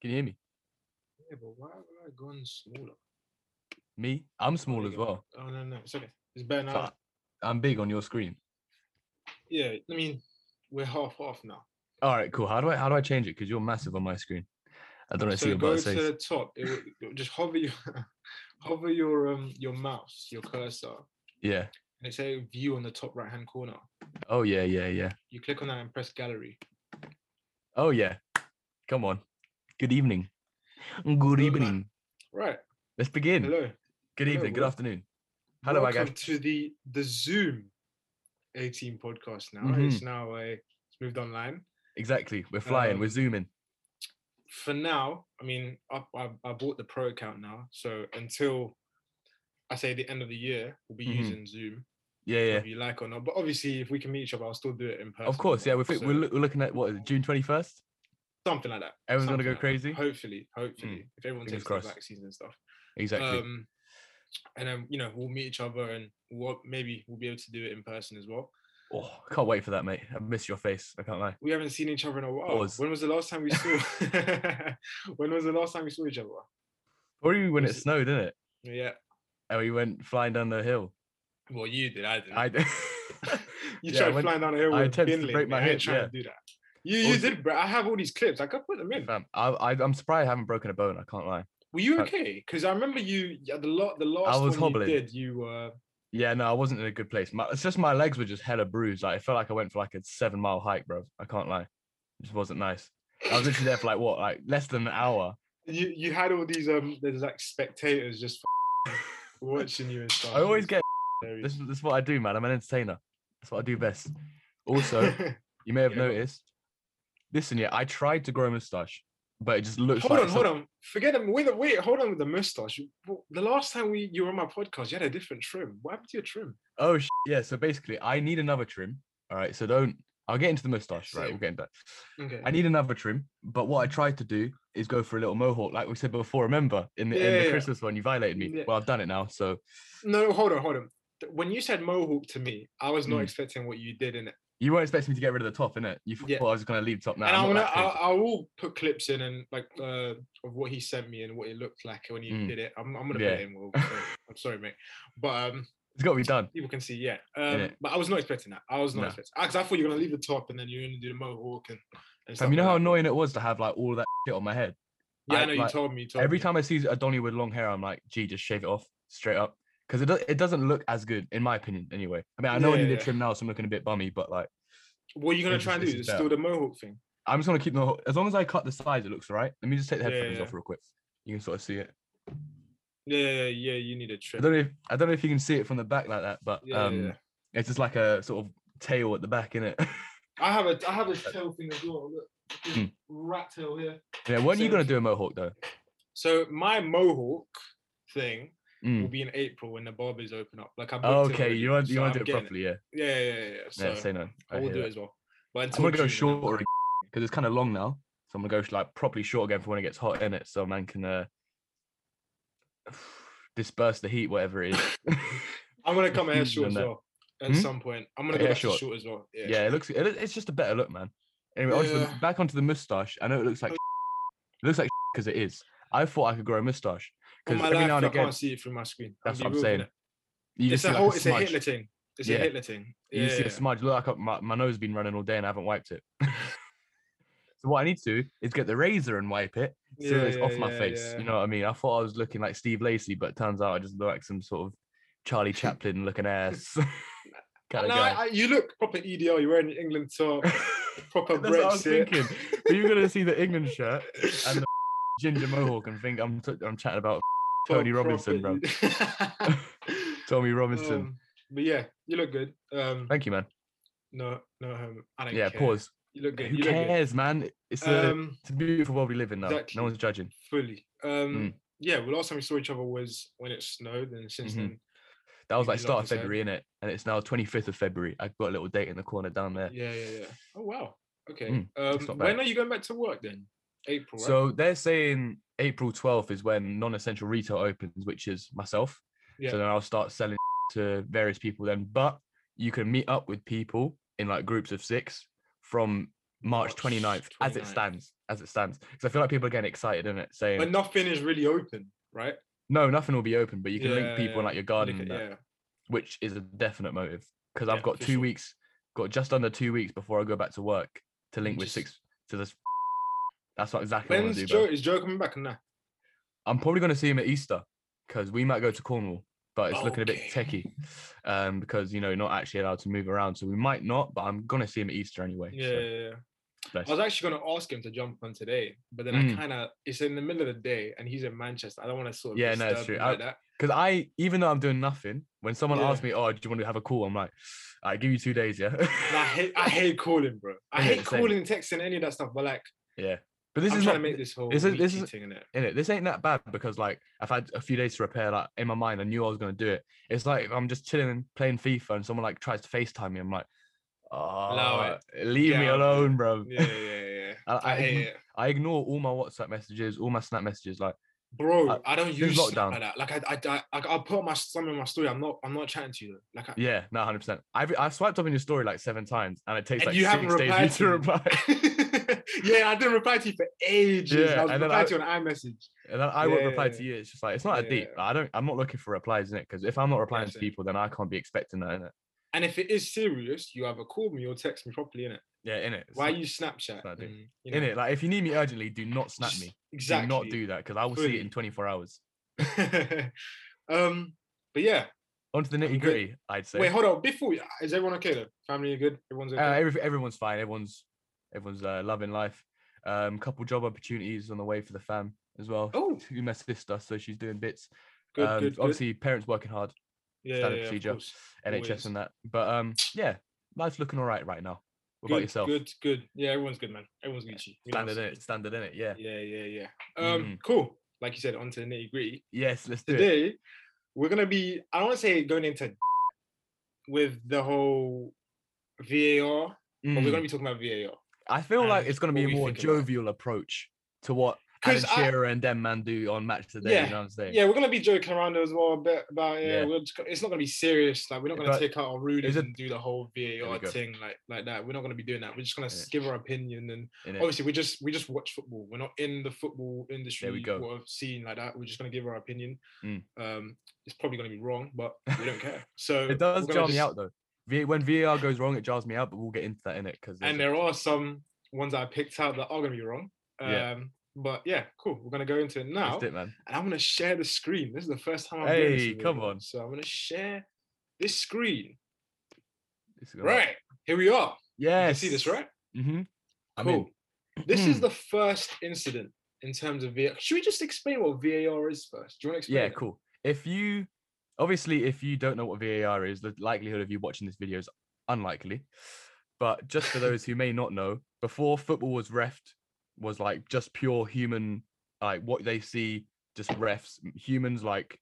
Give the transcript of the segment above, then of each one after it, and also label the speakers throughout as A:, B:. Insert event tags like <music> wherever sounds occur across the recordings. A: Can you hear me?
B: Yeah, but why have I gone smaller?
A: Me? I'm small
B: you
A: as
B: go.
A: well.
B: Oh no, no, it's okay. It's better
A: So
B: now.
A: I- I'm big on your screen.
B: Yeah, I mean, we're half half now.
A: All right, cool. How do I how do I change it? Because you're massive on my screen. I don't know. see
B: so
A: your
B: go
A: butt
B: to
A: says.
B: the top. It will, it will just hover your <laughs> hover your um your mouse, your cursor,
A: Yeah.
B: and it say view on the top right hand corner.
A: Oh yeah, yeah, yeah.
B: You click on that and press gallery.
A: Oh yeah. Come on. Good evening. Good
B: man.
A: evening.
B: Right.
A: Let's begin.
B: uh, Hello.
A: Good
B: hello,
A: evening. Good
B: Will.
A: afternoon. Hmm. Hello, my guy.
B: Welcome to the the Zoom 18 podcast now.
A: Mm-hmm.
B: It's now a it's moved online.
A: Exactly. We're flying. We're
B: Um,
A: zooming.
B: For now, I mean, I, I, I bought the pro account now, so until I say the end of the year, we'll be
A: Mhm.
B: using Zoom,
A: Yeah, yeah.
B: whether you like or not. But obviously, if we can meet each other, I'll still do it in person.
A: Of course. Yeah, we're, fi-
B: so
A: we're, loo- we're looking at what is it, June twenty first.
B: something like that.
A: Everyone's gonna
B: something
A: go
B: like that.
A: crazy? Mm.
B: Hopefully, hopefully, if everyone
A: Fingers
B: takes their
A: crossed.
B: vaccines and stuff.
A: Exactly.
B: Um, and then you know we'll meet each other and what maybe we'll be able to do it in person as well.
A: oh, can't wait for that, mate. I miss your face. I can't lie.
B: we haven't seen each other in a while.
A: Pause.
B: When was the last time
A: <laughs>
B: we saw? <laughs> when was the last time we saw each other?
A: Probably when it
B: Was it-
A: snowed, didn't it?
B: Yeah.
A: And we went flying down the hill.
B: Well, you did. I did.
A: I d-
B: <laughs>
A: Yeah,
B: you
A: I
B: tried
A: went-
B: flying down a hill
A: I
B: with
A: attempted to
B: Finley.
A: break my
B: I ain't
A: hip,
B: trying
A: yeah.
B: to do that. You, you
A: Also-
B: did, bro. I have all these clips. I could put them in.
A: Fam, I, I, I'm surprised I haven't broken a bone. I can't lie.
B: Were you
A: Fam.
B: okay? Because I remember you. yeah, The lot. The last
A: was
B: one
A: hobbling.
B: you did, you uh, were.
A: Yeah, no, I wasn't in a good place. My, it's just my legs were just hella bruised. Like I felt like I went for like a seven mile hike, bro. I can't lie. It just wasn't nice. I was literally there for like what, like less than an hour.
B: You you had all these um. There's like spectators just watching you and
A: <laughs>
B: stuff.
A: I
B: It
A: always
B: was
A: get
B: hilarious.
A: this. This is what I do, man. I'm an entertainer. That's what I do best.
B: <laughs>
A: Also, you may have
B: Yeah, go on.
A: noticed. Listen, yeah, I tried to grow a mustache, but it just looks.
B: Hold
A: like
B: on, hold on. Forget him. Wait, wait. Hold on with the mustache. You- w- The last time we you were on my podcast, you had a different trim. What happened to your trim?
A: Oh sh- yeah. So basically, I need another trim. All right. So don't. I'll get into the mustache. Right. We'll
B: Same.
A: get into that.
B: Okay.
A: I need another trim, but what I tried to do is go for a little mohawk, like we said before. Remember, in the, in
B: Yeah,
A: the
B: yeah.
A: Christmas one, you violated me.
B: Yeah.
A: Well, I've done it now, so
B: No, hold on, hold on. Th- When you said mohawk to me, I was not
A: Mm.
B: expecting what you did in it.
A: you weren't expecting me to get rid of the top, innit? You thought
B: Yeah.
A: I was going to leave top now.
B: and I'm
A: I'm
B: gonna,
A: not that
B: I,
A: crazy.
B: I will put clips in and like uh, of what he sent me and what it looked like when you
A: Mm.
B: did it. I'm, I'm gonna
A: Yeah.
B: put it in. Will. so- I'm sorry, mate, but um,
A: it's got to be done.
B: people can see. Yeah. Um,
A: Yeah.
B: but I was not expecting that. I was not
A: No.
B: expecting. Because I thought you were gonna leave the top and then you're gonna do the mohawk and. and
A: Fam,
B: stuff
A: you know
B: like
A: how
B: that.
A: annoying it was to have like all that shit on my head.
B: Yeah, I,
A: I-
B: know you
A: like,
B: told me. You told
A: Every
B: me.
A: time I see a Donny with long hair, I'm like, gee, just shave it off straight up because it do- it doesn't look as good in my opinion. Anyway, I mean, I know I
B: Yeah,
A: need a
B: yeah.
A: trim now, so I'm looking a bit bummy, but like.
B: What are you gonna
A: This
B: try
A: is-
B: and do?
A: this is
B: Just do the mohawk thing.
A: I'm just gonna keep the whole, as long as I cut the sides, it looks all right. Let me just take the
B: Yeah,
A: headphones
B: yeah.
A: off real quick. You can sort of see it.
B: Yeah, yeah, yeah. You need a
A: I
B: trip.
A: don't know if I don't know if you can see it from the back like that, but
B: Yeah, yeah,
A: um,
B: yeah.
A: it's just like a sort of tail at the back, innit? <laughs>
B: I have a I have a tail thing as well. Look, this
A: Hmm.
B: rat tail here.
A: yeah, when are you
B: Same
A: gonna
B: thing.
A: do a mohawk though?
B: So my mohawk thing will
A: Mm.
B: be in April when the barbers open up. Like I'm.
A: Okay, you want you want
B: to
A: to do it properly, yeah.
B: Yeah, yeah, yeah. yeah. So
A: yeah, say no.
B: I
A: I
B: will
A: hear
B: do it
A: that.
B: as well. But
A: I'm
B: until
A: gonna go
B: June, I'm not-
A: shorter <laughs> because it's kind of long now, so I'm gonna go like properly short again for when it gets hot in it, so man can uh, <sighs> disperse the heat, whatever it
B: <laughs>
A: is. <laughs>
B: I'm gonna come hair
A: Confused
B: short
A: on
B: as
A: that.
B: well. At
A: Hmm?
B: some point, I'm gonna
A: Hair
B: go back
A: short.
B: to short as well. Yeah.
A: Yeah, it looks. It, loo- it's just a better look, man. Anyway, onto the,
B: Yeah. Oh,
A: back onto the moustache. I know it looks like <laughs> it looks like because it is. I thought I could grow a moustache
B: On
A: because
B: my
A: every
B: life,
A: now and
B: I
A: again,
B: can't see it through my screen.
A: that's
B: be
A: what I'm
B: real with
A: saying.
B: it.
A: You
B: It's
A: just
B: a
A: see
B: whole.
A: like a
B: It's a
A: smudge.
B: Hitler thing. It's
A: Yeah.
B: a Hitler thing.
A: You just see
B: Yeah.
A: a smudge. Look, I can't- my, my nose has been running all day and I haven't wiped it. <laughs> so what I need to do is get the razor and wipe it so that it's
B: Yeah,
A: off my
B: yeah,
A: face.
B: yeah.
A: You know what I mean? I thought I was looking like Steve Lacey, but turns out I just look like some sort of
B: <laughs>
A: Charlie Chaplin looking ass kind of
B: No,
A: guy.
B: I, I, you look proper EDL. You're wearing an England
A: <laughs>
B: top, proper
A: That's what I was
B: Brexit.
A: thinking. But you're gonna see the England shirt and the ginger mohawk and think I'm t- I'm chatting about <laughs> Tony
B: Proper
A: Robinson, bro.
B: E-
A: Tommy Robinson.
B: Um, but yeah, you look good. Um,
A: Thank you, man.
B: no, no, um, I don't
A: Yeah,
B: care.
A: pause.
B: You look good.
A: Who
B: you
A: cares, Uh, man? It's
B: look good.
A: a,
B: Um,
A: it's a beautiful world we live in now.
B: exactly.
A: No one's judging.
B: fully.
A: Hmm.
B: Um, yeah. Well, last time we saw each other was when it snowed, and since
A: Mhm.
B: then,
A: That was
B: Maybe
A: like start
B: like
A: of
B: I said.
A: February, innit? And it's now 25th of February. I've got a little date in the corner down there.
B: yeah, yeah, yeah. Oh wow. Okay.
A: Mm, it's
B: um,
A: not
B: when
A: bad.
B: are you going back to work then? April. Right?
A: So they're saying April 12th is when non-essential retail opens, which is myself.
B: Yeah.
A: So then I'll start selling <laughs> to various people then. But you can meet up with people in like groups of six from March
B: March
A: 29th, as it
B: 29th.
A: stands, as it stands. Because I feel like people are getting excited, in it? Saying
B: But nothing is really open, right?
A: no, nothing will be open, but you can link
B: Yeah,
A: people in
B: yeah.
A: like your
B: You
A: garden,
B: can-
A: and that,
B: yeah.
A: which is a definite motive. Because
B: Yeah,
A: I've got
B: for
A: two
B: sure.
A: weeks, got just under two weeks before I go back to work to link with
B: Just-
A: six to this. <laughs> That's what exactly what I want
B: When's
A: to do.
B: Joe?
A: bro.
B: Is Joe coming back? Nah.
A: I'm probably going to see him at Easter because we might go to Cornwall, but it's looking a bit
B: Okay.
A: techie <laughs> um, because you know not actually allowed to move around, so we might not. But I'm going to see him at Easter anyway.
B: Yeah,
A: so
B: yeah, yeah.
A: bless.
B: I was actually going to ask him to jump on today, but then I
A: Mm.
B: kind of it's in the middle of the day and he's in Manchester. I don't want to sort of
A: Yeah, no, it's
B: disturb
A: true.
B: him
A: I-
B: like that.
A: Because I, even though I'm doing nothing, when someone
B: Yeah.
A: asks me, "Oh, do you want to have a call?" I'm like, "I give you two days, yeah."
B: And
A: <laughs>
B: I hate I hate calling, bro. I
A: Yeah,
B: hate
A: same.
B: calling, texting, any of that stuff. But like,
A: yeah, but this
B: I'm
A: is
B: trying
A: not
B: to make this whole
A: this is- this
B: weekly
A: is-
B: thing in it.
A: in it. This ain't that bad because like I've had a few days to prepare. Like in my mind, I knew I was gonna do it. It's like I'm just chilling and playing FIFA, and someone like tries to Facetime me. I'm like, "Oh, leave
B: Get
A: me
B: out of
A: alone, bro."
B: Yeah, yeah, yeah.
A: I,
B: I
A: <laughs> I,
B: hate
A: ign-
B: it,
A: I ignore all my WhatsApp messages, all my Snap messages. Like,
B: bro.
A: Uh,
B: I don't
A: since
B: use Snap
A: lockdown.
B: like that. Like I, I, I, I, I put on my some in my story. I'm not, I'm not chatting to you. Though. Like, I,
A: yeah, no, hundred percent. I've I've swiped up in your story like seven times, and it takes
B: And
A: like
B: you haven't
A: six days for
B: replied
A: you to
B: to me.
A: reply.
B: <laughs> yeah, I didn't reply to you for ages.
A: Yeah,
B: I was
A: and then
B: replying
A: I-
B: to you on iMessage.
A: <laughs> And then I won't reply
B: Yeah.
A: to you. It's just like it's not that deep. I don't. I'm not looking for replies in it because if I'm not replying to
B: same.
A: people, then I can't be expecting that in it.
B: And if it is serious, you either call me or text me properly, innit?
A: Yeah, in it.
B: Why you Snapchat?
A: what I do.
B: and, you know,
A: in it? Like if you need me urgently, do not snap
B: just-
A: me.
B: Exactly.
A: Do not
B: <laughs>
A: do that because I will see
B: Fully.
A: it in 24 hours.
B: um, but yeah.
A: On to the
B: I'm
A: nitty
B: good.
A: gritty, I'd say.
B: Wait, hold on. Before we, uh, is everyone okay though? Family are good. Everyone's
A: uh,
B: okay.
A: every, everyone's fine. Everyone's everyone's uh, loving life. Um, couple job opportunities on the way for the fam as well.
B: oh,
A: Who my sister, so she's doing bits.
B: good,
A: um,
B: good, good.
A: obviously, parents working hard,
B: yeah,
A: standard
B: of
A: procedure,
B: course,
A: NHS
B: always.
A: and that. But um, yeah, life's looking all right right now. What
B: good,
A: about yourself?
B: Good, good. Yeah, everyone's good, man. Everyone's Gucci. You know what I'm
A: Standard in
B: saying?
A: it. Standard in it. Yeah.
B: Yeah, yeah, yeah. Um,
A: Mhm.
B: cool. Like you said, onto the nitty gritty.
A: Yes, let's do it.
B: today we're gonna be I don't want to say going into with the whole VAR, but
A: Mm.
B: we're gonna be talking about VAR.
A: I feel like
B: and
A: it's going to
B: what
A: be a
B: we
A: more
B: think about it.
A: jovial approach to what Alan
B: 'Cause I-
A: Shearer and them man do on match today.
B: Yeah,
A: You know what I'm saying?
B: Yeah, we're gonna be joking around as well a bit about yeah,
A: Yeah.
B: We're just, gonna- it's not gonna be serious. Like we're not gonna
A: But
B: take out our rulers
A: a-
B: and do the whole VAR
A: go.
B: thing like like that. We're not gonna be doing that. We're just gonna
A: Yeah.
B: give our opinion and
A: innit?
B: obviously we just we just watch football. We're not in the football industry
A: go.
B: or scene like that. We're just gonna give our opinion.
A: Mm.
B: Um, it's probably gonna be wrong, but we don't
A: <laughs>
B: care. So
A: it does jar
B: we're gonna
A: me
B: just-
A: out though. V- when VAR goes wrong, it jars me out. But we'll get into that in it because
B: and there are some ones I picked out that are going to be wrong. Um,
A: Yeah.
B: But yeah, cool. We're going to go into it now.
A: it, man.
B: And I'm going to share the screen. This is the first time I've doing this
A: Hey,
B: with
A: come
B: everyone,
A: on.
B: So I'm going to share this screen.
A: This is gonna-
B: Right. Here we are. Yeah. You
A: Yes.
B: can see this, right?
A: Mm-hmm. I'm
B: Cool.
A: in.
B: This
A: hmm.
B: is the first incident in terms of VAR. Should we just explain what VAR is first? Do you want to explain?
A: Yeah,
B: it?
A: cool. If you obviously if you don't know what VAR is, the likelihood of you watching this video is unlikely. But just for those who may not know, before football was refed was like just pure human like what they see just refs humans like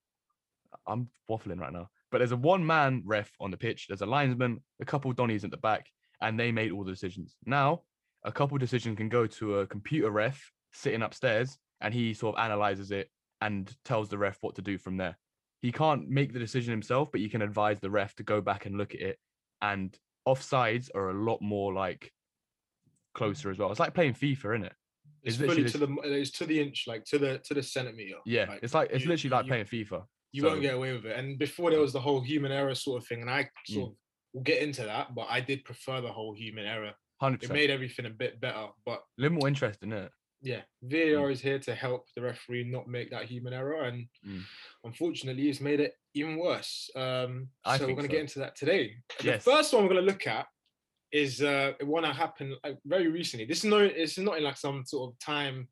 A: I'm waffling right now. But there's a one man ref on the pitch, there's a linesman, a couple Donnies at the back, and they made all the decisions. Now, a couple decision can go to a computer ref sitting upstairs and he sort of analyzes it and tells the ref what to do from there. He can't make the decision himself, but you can advise the ref to go back and look at it. And offsides are a lot more like closer as well. It's like playing FIFA, isn't it?
B: It's,
A: It's
B: fully
A: literally
B: to the m- uh, it's to the inch, like to the to the centimeter.
A: Yeah, it's like it's
B: you-
A: literally like
B: you-
A: playing FIFA.
B: you
A: So- Mm.
B: won't get away with it. And before there was the whole human error sort of thing, and I sort of will get into that, but I did prefer the whole human error.
A: Hundred
B: It
A: percent.
B: made everything a bit better. But
A: A little more interesting, is it?
B: yeah, VAR is here to help the referee not make that human error, and
A: Mm.
B: unfortunately, it's made it even worse. Um,
A: I
B: so we're
A: think
B: going to
A: so.
B: get into that today.
A: Yes.
B: The first one we're going to look at is uh, one that happened like, very recently. This is no, it's not in like some sort of timeline,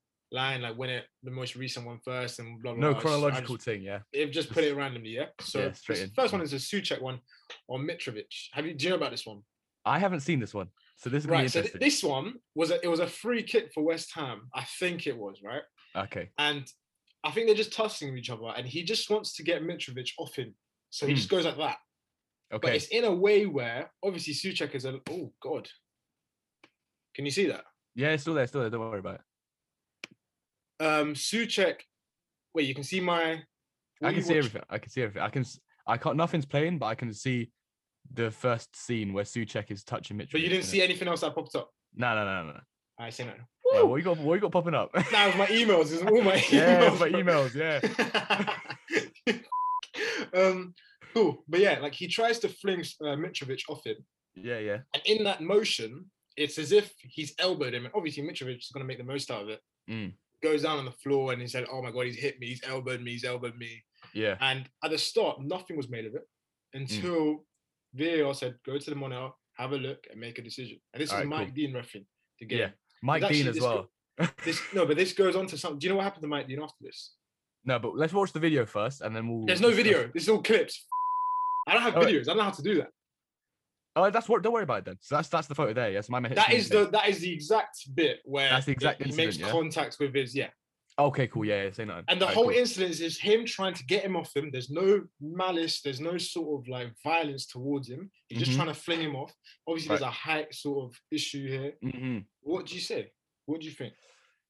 B: like when it the most recent one first and blah blah.
A: No
B: blah. It's- I
A: chronological
B: just-
A: thing, yeah.
B: they've just put it randomly, yeah. So
A: Yeah, straight
B: this
A: in.
B: first one is a Suchek one on Mitrovic. Have you do you know about this one?
A: I haven't seen this one, so this is gonna
B: Right.
A: be
B: So th-
A: interesting.
B: this one was a, it was a free kick for West Ham, I think it was right,
A: okay,
B: and I think they're just tussling with each other, and he just wants to get Mitrovic off him, so he
A: Hmm.
B: just goes like that. But
A: okay,
B: it's in a way where obviously Suchek is a oh god. Can you see that?
A: yeah, it's still there, still there. Don't worry about it.
B: Um Suchek. Wait, you can see my.
A: I
B: what are
A: can
B: you
A: see
B: watch-
A: everything. I can see everything. I can. s- I can't. Nothing's playing, but I can see the first scene where Suchek is touching Mitchell.
B: But you didn't see anything else that popped up.
A: No, no, no, no, no.
B: I say no.
A: Right,
B: Woo!
A: what you got? What you got popping
B: <laughs>
A: up?
B: That was my emails. It's all my
A: <laughs>
B: emails.
A: yeah, my
B: bro.
A: emails. Yeah.
B: <laughs> um, cool. But yeah, like he tries to fling uh, Mitrovic off him.
A: Yeah, yeah.
B: And in that motion, it's as if he's elbowed him. And obviously, Mitrovic is going to make the most out of it.
A: Mm.
B: Goes down on the floor and he said, Oh my God, he's hit me. He's elbowed me. He's elbowed me.
A: Yeah.
B: And at the start, nothing was made of it
A: Mm.
B: until VAR said, Go to the monitor, have a look, and make a decision. And this is
A: Alright,
B: Mike
A: cool.
B: Dean referencing the game.
A: Yeah. Mike
B: actually
A: Dean as
B: this guy-
A: well.
B: This, no, but this goes on to something. Do you know what happened to Mike Dean after this?
A: No, but let's watch the video first, and then we'll.
B: There's no
A: discuss-
B: video. This is all clips. I don't have
A: Alright.
B: videos. I don't know how to do that.
A: Oh, that's what. Don't worry about it then. So that's that's the photo there. Yes, my man. hits
B: That
A: me
B: is
A: again.
B: the that is the exact bit where
A: That's the
B: he-
A: exact
B: he
A: incident,
B: makes
A: yeah?
B: contacts with his yeah.
A: Okay, cool. Yeah, yeah say nothing.
B: And the
A: Alright,
B: whole
A: cool.
B: incident is him trying to get him off him. There's no malice. There's no sort of like violence towards him. He's
A: Mhm.
B: just trying to fling him off. Obviously, there's a height sort of issue here.
A: Mhm.
B: What do you say? What do you think?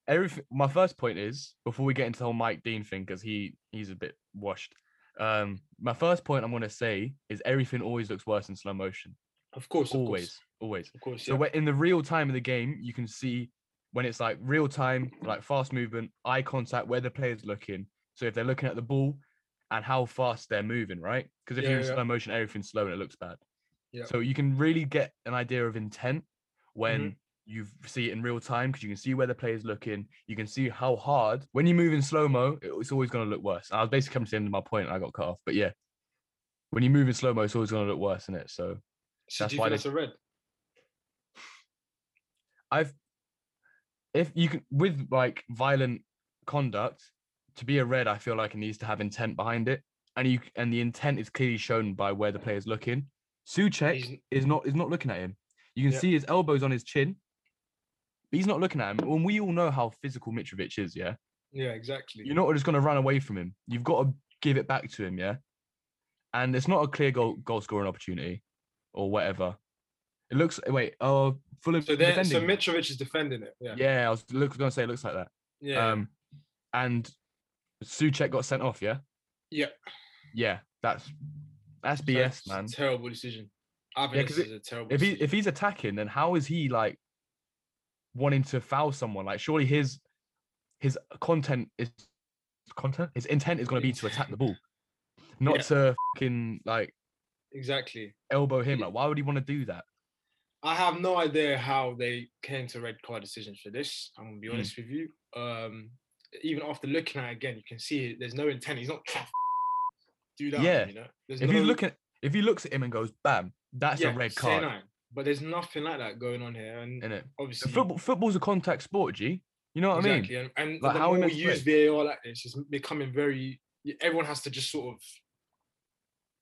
A: Everything. My first point is before we get into the whole Mike Dean thing because he he's a bit washed. Um, my first point I'm gonna say is everything always looks worse in slow motion.
B: Of course, of
A: Always,
B: course,
A: always.
B: of course.
A: So
B: yeah.
A: when, in the real time of the game, you can see when it's like real time, like fast movement, eye contact, where the player's looking. So if they're looking at the ball and how fast they're moving, right? Because if you're
B: Yeah,
A: in
B: yeah.
A: slow motion, everything's slow and it looks bad.
B: Yeah.
A: So you can really get an idea of intent when
B: Mm-hmm.
A: you see it in real time because you can see where the player's looking. You can see how hard. When you move in slow mo, it's always going to look worse. I was basically coming to the end of my point and I got cut off. But yeah, when you move in slow mo, it's always going to look worse, isn't it? So
B: So
A: that's
B: do you
A: why
B: think
A: they-
B: that's a red?
A: if you can with like violent conduct to be a red i feel like it needs to have intent behind it and you and the intent is clearly shown by where the player's looking suchek
B: He's-
A: is not is not looking at him you can
B: Yep.
A: see his elbows on his chin but he's not looking at him and we all know how physical mitrovic is yeah
B: Yeah, exactly.
A: you're not just going to run away from him you've got to give it back to him yeah and it's not a clear goal goal scoring opportunity or whatever it looks wait oh Fulham
B: so then, so
A: defending.
B: Mitrovic is defending it. Yeah,
A: yeah I was look, gonna say it looks like that
B: yeah,
A: um, and Suchek got sent off. Yeah.
B: yeah.
A: Yeah. That's that's
B: So
A: BS,
B: it's a
A: man.
B: Terrible decision. I think
A: Yeah, 'cause
B: this is a terrible.
A: If he
B: decision.
A: if he's attacking, then how is he like wanting to foul someone? Like, surely his his content is content. His intent is going to be to attack the ball, not
B: Yeah.
A: to fucking like
B: exactly.
A: elbow him.
B: Yeah.
A: Like, why would he want to do that?
B: I have no idea how they came to red card decisions for this. I'm gonna be
A: Mm.
B: honest with you. Um, even after looking at it again, you can see it- there's no intent. He's not trying to <laughs> do that.
A: Yeah.
B: You know? There's
A: If you
B: no-
A: look at if he looks at him and goes, "Bam," that's
B: yeah,
A: a red
B: say
A: card,
B: nine. But there's nothing like that going on here, and
A: innit?
B: obviously
A: Football football's a contact sport, G. You know what I mean?
B: exactly. And, and
A: Like,
B: the
A: how are we
B: more
A: meant
B: we
A: to
B: use VAR like this, it's becoming very. Everyone has to just sort of,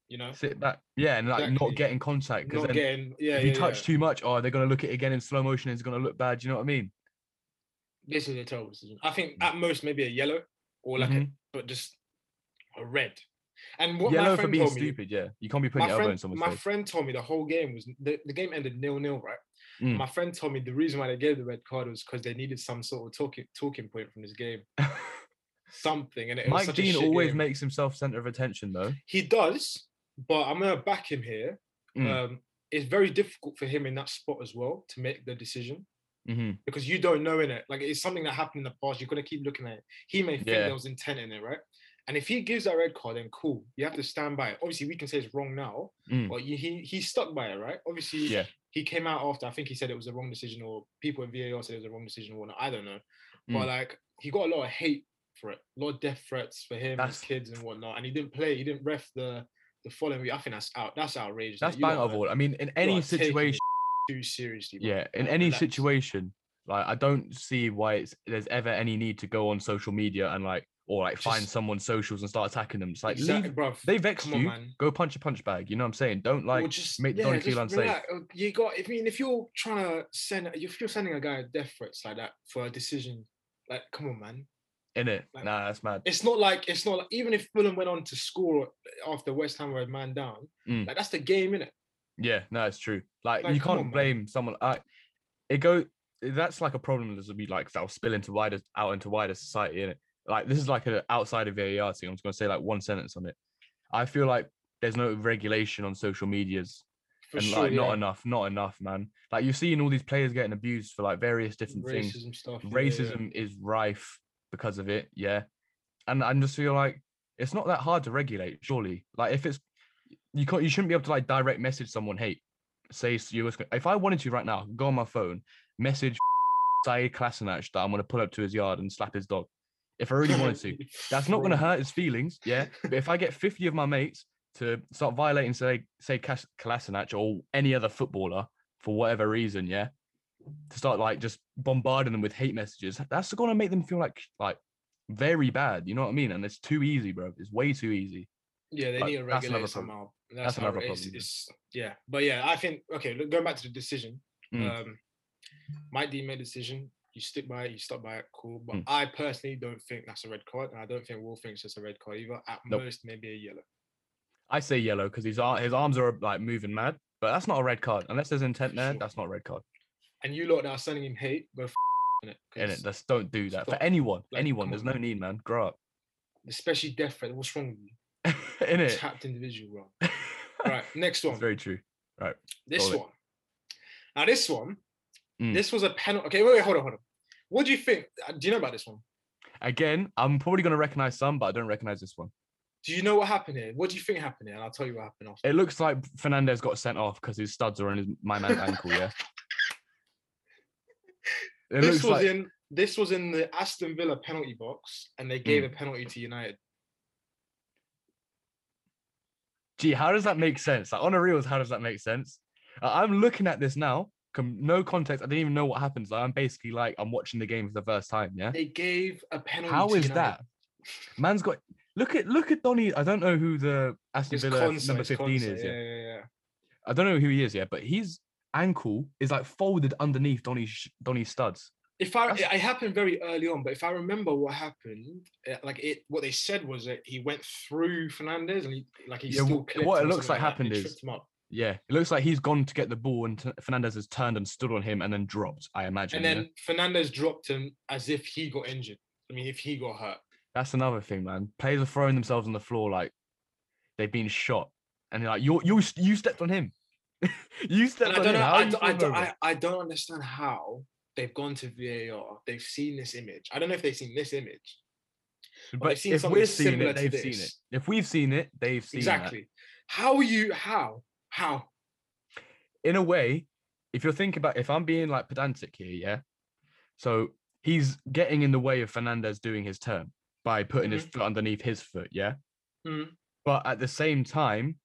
B: you know,
A: sit back. Yeah, and like
B: Exactly.
A: not get in contact because then
B: not getting. Yeah,
A: if you
B: yeah,
A: touch
B: yeah.
A: too much, oh, they're gonna look at it again in slow motion. It's gonna look bad. You know what I mean?
B: this is a terrible decision. I think
A: Mm.
B: at most maybe a yellow or like a,
A: Mhm.
B: but just a red. And what
A: Yellow
B: my
A: for
B: friend
A: being
B: told me,
A: stupid. Yeah, you can't be putting
B: my
A: your elbow in
B: friend,
A: someone's
B: my <laughs>
A: face.
B: friend told me the whole game was the, the game ended nil nil, right?
A: Mm.
B: My friend told me the reason why they gave the red card was because they needed some sort of talking talking point from this game, something. And it
A: <laughs>
B: was
A: Mike
B: such a
A: Dean
B: shit
A: always
B: game.
A: makes himself center of attention though.
B: he does, but I'm gonna back him here.
A: Mm.
B: Um, it's very difficult for him in that spot as well to make the decision.
A: hmm
B: because you don't know in it. Like it's something that happened in the past. You're gonna keep looking at it. He may think
A: Yeah.
B: there was intent in it, right? And if he gives that red card, then cool. You have to stand by it. Obviously, we can say it's wrong now,
A: Mm.
B: but you- he he stuck by it, right? Obviously,
A: Yeah.
B: he came out after. I think he said it was a wrong decision, or people in VAR said it was a wrong decision, or whatnot. I don't know.
A: Mm.
B: But like, he got a lot of hate for it, a lot of death threats for him,
A: That's-
B: his kids, and whatnot. And he didn't play. He didn't ref the the following week. I think that's out. That's outrageous.
A: That's
B: like, you lot
A: bang
B: are-
A: of all. I mean, in
B: you lot
A: any
B: are taking it
A: situation,
B: too seriously. bro.
A: yeah, in
B: Like,
A: any
B: relax.
A: situation, like I don't see why it's there's ever any need to go on social media and like or like find
B: Just-
A: someone's socials and start attacking them. It's like
B: exactly,
A: leave.
B: bruv.
A: They vexed
B: Come on,
A: you.
B: man.
A: Go punch a punch bag. You know what I'm saying? Don't like
B: Or just
A: make Donny
B: just
A: feel unsafe.
B: relax. Uh, You got. I mean, if you're trying to send, if you're sending a guy death threats like that for a decision, like come on, man.
A: in it.
B: Like-
A: Nah, that's mad.
B: It's not like it's not like even if Fulham went on to score after West Ham were a man down,
A: Mm.
B: like that's the game, innit?
A: Yeah, no, it's true. Like,
B: Like,
A: you
B: come
A: can't
B: on, man.
A: blame someone. I it go. That's like a problem that's be like that'll spill into wider out into wider society. In it, like this is like an outside of VAR thing. I'm just gonna say like one sentence on it. I feel like there's no regulation on social medias
B: for
A: and
B: sure.
A: like not
B: yeah.
A: enough, not enough, man. Like you're seeing all these players getting abused for like various different things.
B: racism stuff. Oh, yeah, yeah.
A: racism is rife because of it yeah and i just feel like it's not that hard to regulate surely like if it's you can't you shouldn't be able to like direct message someone hey say s- you was- if i wanted to right now go on my phone message <laughs> Saeed Klasenach that i'm going to pull up to his yard and slap his dog if i really wanted to
B: <laughs>
A: that's not going to
B: Bro.
A: hurt his feelings yeah but if i get 50 of my mates to start violating say say Kas- Klasenach or any other footballer for whatever reason yeah to start like just bombarding them with hate messages, that's going to make them feel like like very bad. You know what I mean? And it's too easy, bro. It's way too easy.
B: Yeah, they
A: Like,
B: need to
A: that's
B: regulate
A: another
B: it
A: problem.
B: somehow.
A: That's
B: how
A: another
B: it is.
A: problem, yeah.
B: It's, yeah, but yeah, I think okay. Look, going back to the decision,
A: Mm.
B: um, Mike D made a decision. You stick by it. You stop by it. Cool. But
A: Mm.
B: I personally don't think that's a red card, and I don't think Wolf thinks it's a red card either. At
A: Nope.
B: most, maybe a yellow.
A: I say yellow because his ar- his arms are like moving mad, but that's not a red card unless there's intent there.
B: Sure.
A: That's not a red card.
B: And you lot that are sending him hate, go f- in it,
A: In
B: 'cause
A: it, just don't do that for
B: Stop.
A: anyone.
B: Like,
A: anyone.
B: come
A: There's
B: on,
A: no
B: man.
A: need, man. Grow up. <laughs>
B: especially death threat. What's wrong with you?
A: In it. <laughs>
B: Tapped individual, bro. All right, next
A: it's
B: one.
A: very true.
B: This
A: Solid.
B: one. Now this one,
A: Mm.
B: this was a penalty. Okay, wait, wait, hold on, hold on. What do you think? uh, Do you know about this one?
A: Again, I'm probably gonna recognize some, but I don't recognize this one.
B: Do you know what happened here? What do you think happened here? And I'll tell you what happened after.
A: It looks like Fernandez got sent off because his studs are on his my man's ankle. Yeah. It
B: this was in this was in the Aston Villa penalty box, and they gave
A: Mm.
B: a penalty to United.
A: gee, how does that make sense? Like on a reels, how does that make sense? Uh, I'm looking at this now, com- no context. I didn't even know what happens. Like, I'm basically like I'm watching the game for the first time. Yeah,
B: They gave a penalty.
A: how
B: to
A: is
B: United.
A: that? Man's got look at look at Donny. I don't know who the Aston
B: It's
A: Villa
B: Konsa,
A: number
B: it's
A: fifteen
B: Konsa,
A: is.
B: Yeah,
A: Yeah.
B: yeah, yeah.
A: I don't know who he is yet, but his ankle is like folded underneath Donny's sh- Donny's studs.
B: If I,
A: That's-
B: it happened very early on, but if I remember what happened, uh, like it, what they said was that he went through Fernandez and he, like he
A: Yeah,
B: still.
A: wh-
B: clipped
A: what it
B: him or
A: looks
B: something
A: like
B: that, and
A: happened
B: it
A: is-
B: tripped him up.
A: Yeah, it looks like he's gone to get the ball, and T- Fernandez has turned and stood on him, and then dropped. I imagine.
B: and
A: yeah?
B: then Fernandez dropped him as if he got injured. I mean, if he got hurt.
A: That's another thing, man. Players are throwing themselves on the floor like they've been shot, and they're like, "You, you, you stepped on him. <laughs> you
B: And
A: stepped on
B: I don't
A: him.
B: know.
A: How
B: I,
A: you
B: don't- I,
A: falling
B: don't-
A: over?"
B: I, I don't understand how they've gone to VAR. They've seen this image. I don't know if they've seen this image.
A: but
B: they've seen
A: if
B: something
A: we're seeing
B: similar
A: it,
B: to
A: they've seen it.
B: this.
A: If we've seen it, they've seen exactly.
B: exactly. How are you? How? How?
A: In a way, if you're thinking about, if I'm being like pedantic here, yeah. So he's getting in the way of Fernandez doing his turn by putting his
B: Mm-hmm.
A: foot underneath his foot, yeah.
B: Mm.
A: But at the same time,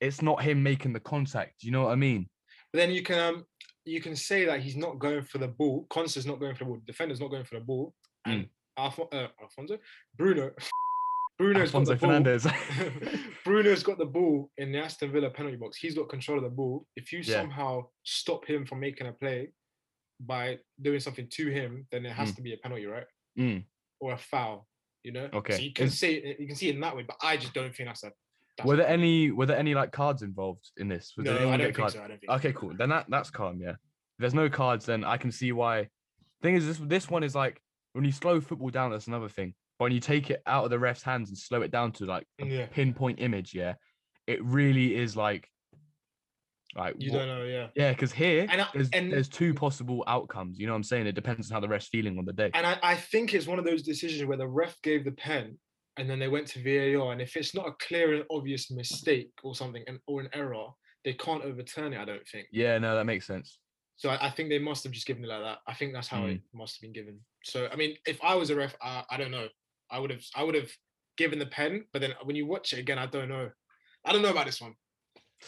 A: it's not him making the contact. You know what I mean?
B: But then you can um, you can say that he's not going for the ball. Consta's not going for the ball. Defender's not going for the ball. And
A: Hmm.
B: Alfon- uh, Alfonso, Bruno, <laughs> Bruno's
A: Alfonso
B: got the ball. <laughs>
A: Fernandez. <laughs>
B: Bruno's got the ball in the Aston Villa penalty box. He's got control of the ball. If you
A: Yeah.
B: somehow stop him from making a play by doing something to him, then it has to be a penalty, right?
A: Mm.
B: Or a foul. You know.
A: Okay,
B: So you can
A: is-
B: see it, you can see it in that way, but I just don't think that's a. That's
A: Were
B: a
A: there
B: penalty.
A: any were there any like cards involved in this? Did
B: No,
A: anyone
B: I
A: get
B: don't think
A: cards?
B: so. I don't think.
A: Okay, cool. Then that that's calm. Yeah. If there's no cards, then I can see why. Thing is, this this one is like when you slow football down. That's another thing. But when you take it out of the ref's hands and slow it down to like a
B: Yeah.
A: pinpoint image, yeah, it really is like, like
B: You
A: what-
B: don't know, yeah.
A: yeah, because here
B: And I-
A: there's
B: and-
A: there's two possible outcomes. You know what I'm saying? It depends on how the ref's feeling on the day.
B: And I, I think it's one of those decisions where the ref gave the pen and then they went to VAR. And if it's not a clear and obvious mistake or something and or an error, they can't overturn it, I don't think.
A: yeah, no, that makes sense.
B: So I, I think they must have just given it like that. I think that's how
A: Mm.
B: it must have been given. So I mean, if I was a ref, I, I don't know. I would have I would have given the pen, but then when you watch it again, I don't know. I don't know about this one.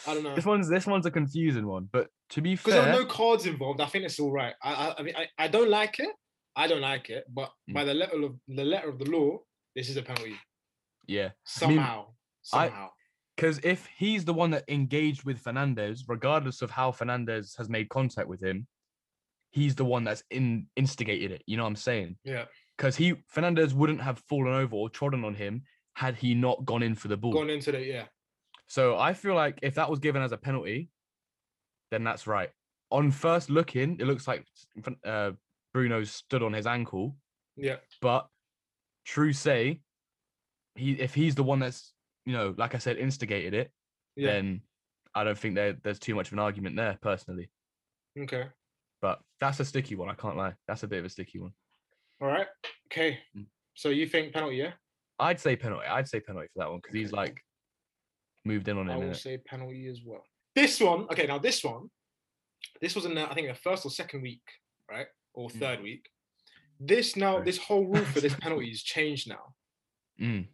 B: I don't know.
A: This one's this one's a confusing one, but to be
B: Uh. Because there
A: fair,
B: are no cards involved, I think it's all right. I I, I mean I, I don't like it. I don't like it, but
A: Mm.
B: by the letter of the letter of the law, this is a penalty.
A: yeah,
B: Somehow.
A: I-
B: somehow.
A: Because if he's the one that engaged with Fernandez, regardless of how Fernandez has made contact with him, he's the one that's in instigated it. You know what I'm saying?
B: yeah.
A: Because he Fernandez wouldn't have fallen over or trodden on him had he not gone in for the ball.
B: Gone into the yeah.
A: So I feel like if that was given as a penalty, then that's right. On first looking, it looks like Fern- uh, Bruno stood on his ankle,
B: Yeah.
A: but true say, he if he's the one that's you know, like I said, instigated it,
B: Yeah.
A: then I don't think there there's too much of an argument there personally.
B: Okay.
A: But that's a sticky one. I can't lie. That's a bit of a sticky one.
B: All right. Okay.
A: Mm.
B: So you think penalty? Yeah.
A: I'd say penalty. I'd say penalty for that one because he's
B: Okay.
A: like moved in on
B: I
A: him.
B: will
A: innit?
B: say penalty as well. This one, okay, now this one, this was in the, I think the first or second week, right, or
A: Mm.
B: third week. This now,
A: Sorry.
B: this whole rule
A: <laughs>
B: for this penalty is changed now.
A: Mm.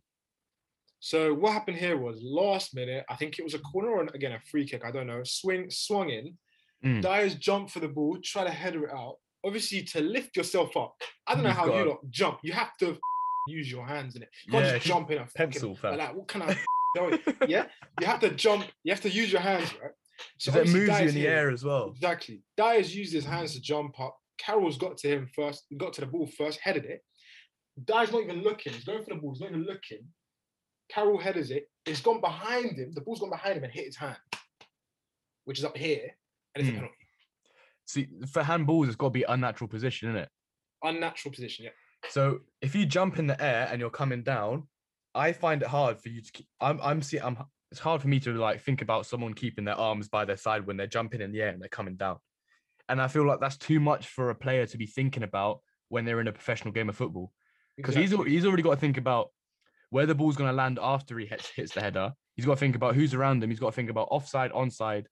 B: So what happened here was last minute, I think it was a corner or an- again a free kick, I don't know. Swing swung in,
A: Mm.
B: Dyer's jumped for the ball, try to header it out. Obviously, to lift yourself up, I don't know
A: You've
B: how you
A: gotta-
B: lot jump. You have to <laughs> use your hands in it. You can't
A: Yeah, <laughs>
B: just jump in a fucking-
A: pencil,
B: <laughs> like
A: fam.
B: that. What kind of penalty? yeah, you have to jump. You have to use your hands, right? So
A: that
B: obviously
A: moves you
B: Dyer's
A: in the
B: here.
A: air as well.
B: Exactly. Dyer's used his hands to jump up. Carroll's got to him first, got to the ball first, headed it. Dyer's not even looking. He's going for the ball. He's not even looking. Carroll headers it. It's gone behind him. The ball's gone behind him and hit his hand, which is up here, and it's
A: Hmm.
B: a penalty.
A: See, for handballs, it's got to be unnatural position, isn't it?
B: Unnatural position. Yeah.
A: So if you jump in the air and you're coming down, I find it hard for you to. Keep, I'm. I'm. See. I'm. It's hard for me to like think about someone keeping their arms by their side when they're jumping in the air and they're coming down, and I feel like that's too much for a player to be thinking about when they're in a professional game of football because he's al-
B: exactly.
A: he's already got to think about where the ball's going to land after he hits, hits the header. He's got to think about who's around him. He's got to think about offside, onside.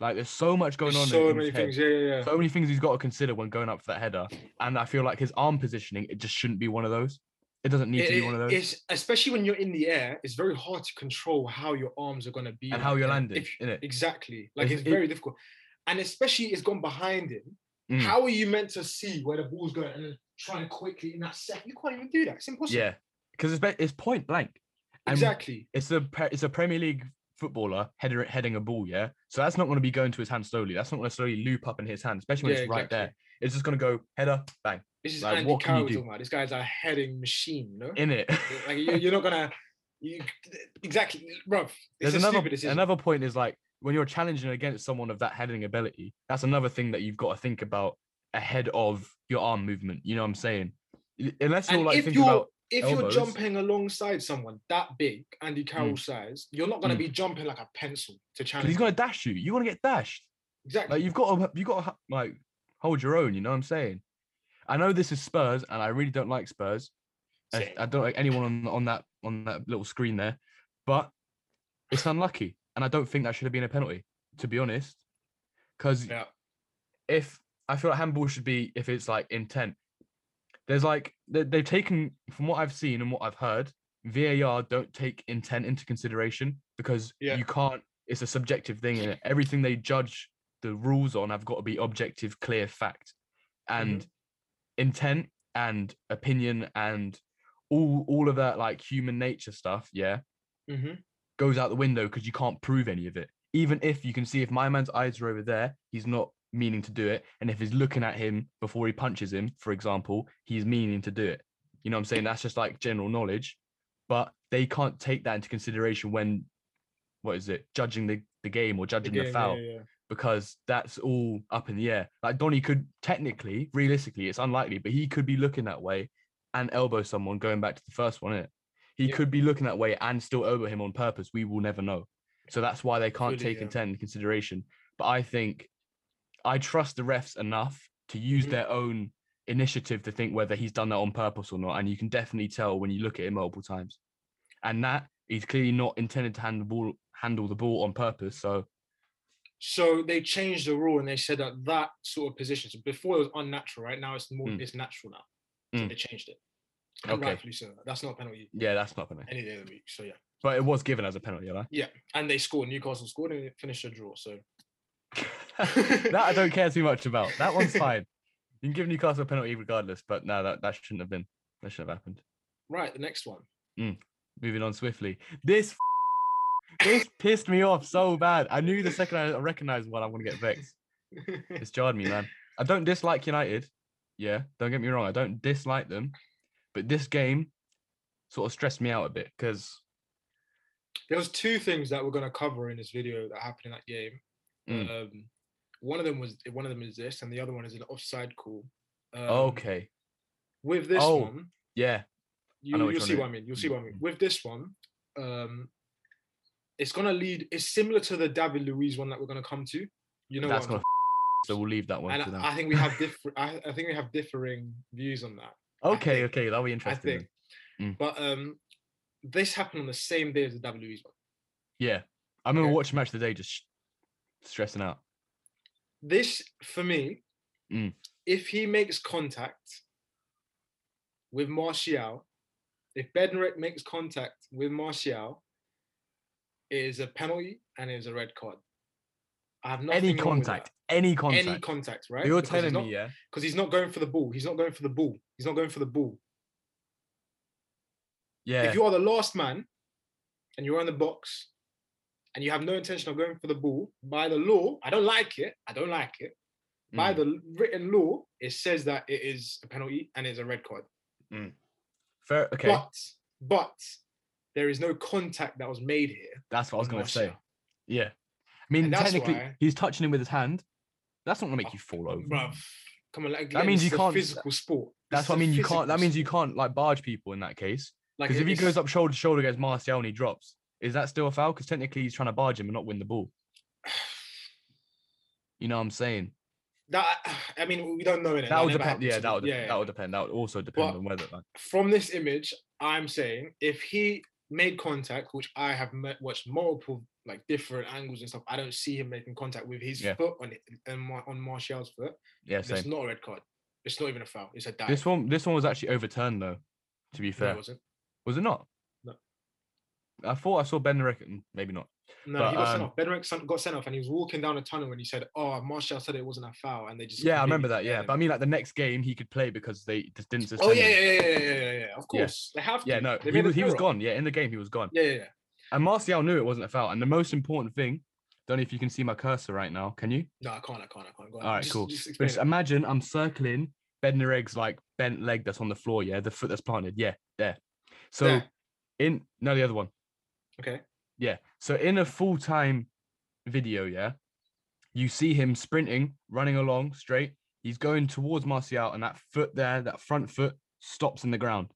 A: Like there's so much going on. in-
B: so
A: in his
B: many
A: head
B: things. Yeah, yeah, yeah.
A: so many things he's got to consider when going up for that header. And I feel like his arm positioning, it just shouldn't be one of those. It doesn't need
B: It-
A: to be
B: it-
A: one of those.
B: it's especially when you're in the air. It's very hard to control how your arms are going to be
A: And
B: in
A: how
B: the
A: you're
B: air.
A: landing,
B: If-
A: innit?
B: exactly. Like
A: It's-
B: it's
A: it-
B: very difficult, and especially it's gone behind him.
A: Mm,
B: How are you meant to see where the ball's going and then try and quickly in that second? You can't even do that. It's impossible.
A: Mm, yeah, because it's, ba- it's point blank. And
B: exactly.
A: It's a pre- it's a Premier League footballer header, heading a ball, yeah. So that's not going to be going to his hand slowly. That's not going to slowly loop up in his hand, especially when
B: Yeah,
A: it's right
B: exactly.
A: there. It's just going to go header, bang,
B: This is
A: like,
B: Andy
A: what can you
B: Carroll
A: do?
B: talking about. This guy's a heading machine, you know.
A: in it.
B: like you- you're not gonna. You, exactly, bro.
A: There's
B: It's a
A: another
B: stupid decision.
A: another point is like when you're challenging against someone of that heading ability, that's another thing that you've got to think about ahead of your arm movement. You know what I'm saying? I- Unless you're
B: And
A: like
B: if
A: thinking
B: you're
A: about
B: if you're
A: elbows.
B: jumping alongside someone that big, Andy Carroll size, you're not gonna
A: Mm.
B: be jumping like a pencil to
A: because
B: challenge.
A: he's
B: him.
A: gonna dash you. You wanna get dashed.
B: exactly.
A: Like you've got to you've got to like hold your own, you know what I'm saying? I know this is Spurs and I really don't like Spurs. I,
B: Same.
A: I don't like anyone on on that on that little screen there, but it's unlucky, and I don't think that should have been a penalty, to be honest. Because
B: Yeah.
A: if I feel like handball should be if it's like intent, there's like they, they've taken from what I've seen and what I've heard, VAR don't take intent into consideration because
B: Yeah.
A: you can't. It's a subjective thing, and everything they judge the rules on have got to be objective, clear fact, and intent and opinion and all all of that like human nature stuff. Yeah,
B: hmm
A: goes out the window because you can't prove any of it. Even if you can see if my man's eyes are over there, he's not meaning to do it. And if he's looking at him before he punches him, for example, he's meaning to do it. You know what I'm saying? That's just like general knowledge. But they can't take that into consideration when, what is it, judging the, the game or judging the,
B: Again, yeah,
A: foul
B: yeah, yeah.
A: because that's all up in the air. Like Donny could technically, realistically, it's unlikely, but he could be looking that way and elbow someone going back to the first one, innit? He
B: Yeah.
A: could be looking that way and still elbow him on purpose. We will never know. So that's why they can't
B: Fully,
A: take
B: yeah.
A: intent into consideration. But I think I trust the refs enough to use
B: Mhm.
A: their own initiative to think whether he's done that on purpose or not. And you can definitely tell when you look at him multiple times. And that he's clearly not intended to hand the ball, handle the ball on purpose. So
B: So they changed the rule and they said that that sort of position. So before it was unnatural, right now it's more
A: Mm.
B: it's natural now. So
A: Mm.
B: they changed it. And
A: Okay.
B: rightfully so. That's not a penalty
A: yeah, that's not gonna.
B: any day of the week. So yeah,
A: But it was given as a penalty, right?
B: yeah. And they scored. Newcastle scored and it finished a draw. So
A: <laughs> that I don't care too much about. That
B: <laughs>
A: one's fine. You can give Newcastle a penalty regardless, but no, that, that shouldn't have been. That shouldn't have happened.
B: Right, the next one. <laughs>
A: Moving on swiftly. This <laughs> this pissed me off so bad. I knew the second I recognized one, I'm gonna get vexed. It's jarred me, man. I don't dislike United. Yeah, don't get me wrong. I don't dislike them, but this game sort of stressed me out a bit because
B: There was two things that we're gonna cover in this video that happened in that game.
A: Mm.
B: Um, one of them was one of them is this, and the other one is an offside call. Um,
A: okay,
B: With this
A: Oh.
B: one,
A: yeah,
B: you,
A: know which
B: you'll
A: one
B: see
A: it- Mm-hmm.
B: what I mean. You'll see what I mean. With this one, um, It's gonna lead. It's similar to the David Luiz one that we're gonna come to. You know,
A: That's
B: what I'm
A: not. <laughs> So we'll leave that one.
B: talking-
A: for
B: and
A: now.
B: I, I think we
A: <laughs>
B: have different. I, I think we have differing views on that.
A: okay,
B: think-
A: okay, that'll be interesting. then. Mm.
B: think- But um, this happened on the same day as the David Luiz one.
A: Yeah, I remember
B: Okay.
A: watching match of the day, just sh- stressing out.
B: This for me,
A: Mm.
B: if he makes contact with Martial, if Bednarek makes contact with Martial, it is a penalty and it is a red card. I have nothing
A: Any
B: wrong with that.
A: contact, any contact,
B: Any contact, right?
A: You're
B: Because he's
A: telling
B: not-
A: me, yeah.
B: because he's not going for the ball. He's not going for the ball. He's not going for the ball.
A: Yeah.
B: If you are the last man and you're in the box and you have no intention of going for the ball, by the law, I don't like it. I don't like it. By
A: Mm,
B: the l- written law, it says that it is a penalty and it's a red card.
A: fair. Okay,
B: But but there is no contact that was made here.
A: that's what I was
B: with
A: gonna say.
B: Martial.
A: Yeah, I mean
B: And that's
A: technically
B: why-
A: he's touching him with his hand. That's not gonna
B: Oh,
A: make you fall over.
B: Bruv, come on, like, again,
A: means
B: this
A: you
B: is a
A: can't-
B: physical sport. This
A: That's
B: is
A: what I
B: a
A: mean. You can't. That
B: physical
A: means you
B: sport.
A: can't like barge people in that case.
B: Like,
A: Because if he
B: it's-
A: goes up shoulder to shoulder against Martial and he drops, is that still a foul? Because technically he's trying to barge him and not win the ball. You know what I'm saying?
B: that I mean, we don't know it.
A: That would depend. Yeah, that would.
B: yeah,
A: That would depend. That would also depend
B: But-
A: on whether. Like,
B: from this image, I'm saying if he made contact, which I have met, watched multiple like different angles and stuff, I don't see him making contact with his
A: Yeah.
B: foot on it and Mar- on Martial's foot.
A: yeah,
B: It's
A: same.
B: not a red card. It's not even a foul. It's a dive.
A: This one. This one was actually overturned though. To be
B: no,
A: fair,
B: it wasn't.
A: was it not?
B: No.
A: I thought I saw Ben Reckon. Maybe not.
B: No,
A: But,
B: he got sent
A: um,
B: off. Bednarek sent- got sent off, and he was walking down a tunnel when he said, "Oh, Martial said it wasn't a foul," and they just
A: Yeah, I
B: completely
A: remember that. Yeah,
B: ignored
A: but I
B: him.
A: mean, like the next game he could play because they just didn't suspend.
B: oh yeah,
A: him.
B: yeah, yeah, yeah, yeah, yeah, yeah, yeah. Of
A: Yeah.
B: course, they have. To.
A: Yeah, no,
B: they
A: he
B: made
A: was,
B: an
A: he was
B: error.
A: gone. Yeah, in the game he was gone.
B: Yeah, yeah, yeah.
A: And Martial knew it wasn't a foul. And the most important thing, don't know if you can see my cursor right now. Can you?
B: No, I can't. I can't. I can't. Go on.
A: All right,
B: just,
A: cool.
B: Just
A: But
B: explain
A: just
B: it.
A: imagine I'm circling Bednarek's like bent leg that's on the floor. Yeah, the foot that's planted. Yeah, there. So
B: There.
A: in no, the other one.
B: Okay.
A: Yeah. So in a full time video, yeah, you see him sprinting, running along straight. He's going towards Martial, and that foot there, that front foot, stops in the ground.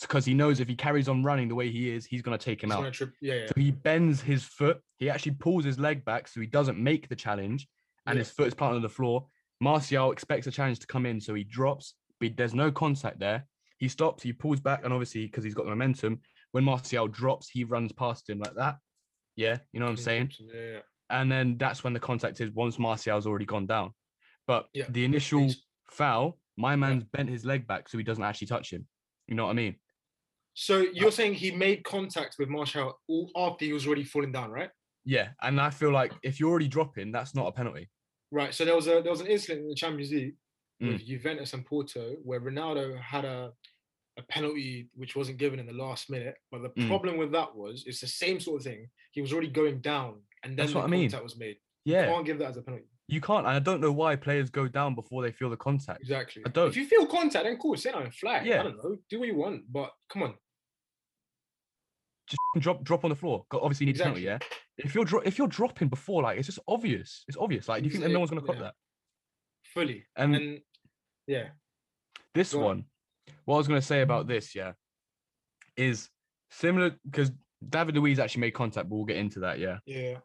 A: Because he knows if he carries on running the way he is, he's going to take him
B: Just
A: out.
B: wanna trip- Yeah, yeah.
A: So he bends his foot. He actually pulls his leg back so he doesn't make the challenge, and
B: Yeah.
A: his foot is planted on the floor. Martial expects the challenge to come in, so he drops, but there's no contact there. He stops, he pulls back, and obviously because he's got the momentum, when Martial drops, he runs past him like that. Yeah, you know what I'm
B: Yeah,
A: saying.
B: Yeah, yeah.
A: And then that's when the contact is once Martial's already gone down. But
B: Yeah,
A: the initial
B: Makes-
A: foul, my man's bent his leg back so he doesn't actually touch him. You know what I mean?
B: So you're saying he made contact with Marshall all after he was already falling down, right?
A: Yeah, and I feel like if you're already dropping, that's not a penalty.
B: Right. So there was a there was an incident in the Champions League
A: Mm.
B: with Juventus and Porto where Ronaldo had a a penalty which wasn't given in the last minute. But the
A: Mm.
B: problem with that was it's the same sort of thing. He was already going down, and then
A: That's
B: the
A: what I mean.
B: contact was made.
A: Yeah.
B: Can't give that as a penalty.
A: You can't, and I don't know why players go down before they feel the contact.
B: Exactly.
A: I don't.
B: If you feel contact, then cool, sit down and flag.
A: Yeah.
B: I don't know. Do what you want, but come on.
A: Just drop, drop on the floor. Go- Obviously, you need to penalty, yeah. If you're dro- if you're dropping before, like it's just obvious. It's obvious. Like, do you think that no one's gonna cop
B: Yeah.
A: that?
B: Fully.
A: And
B: And yeah.
A: this
B: go on.
A: one, what I was gonna say about this, yeah, is similar because David Luiz actually made contact, but we'll get into that, yeah.
B: Yeah.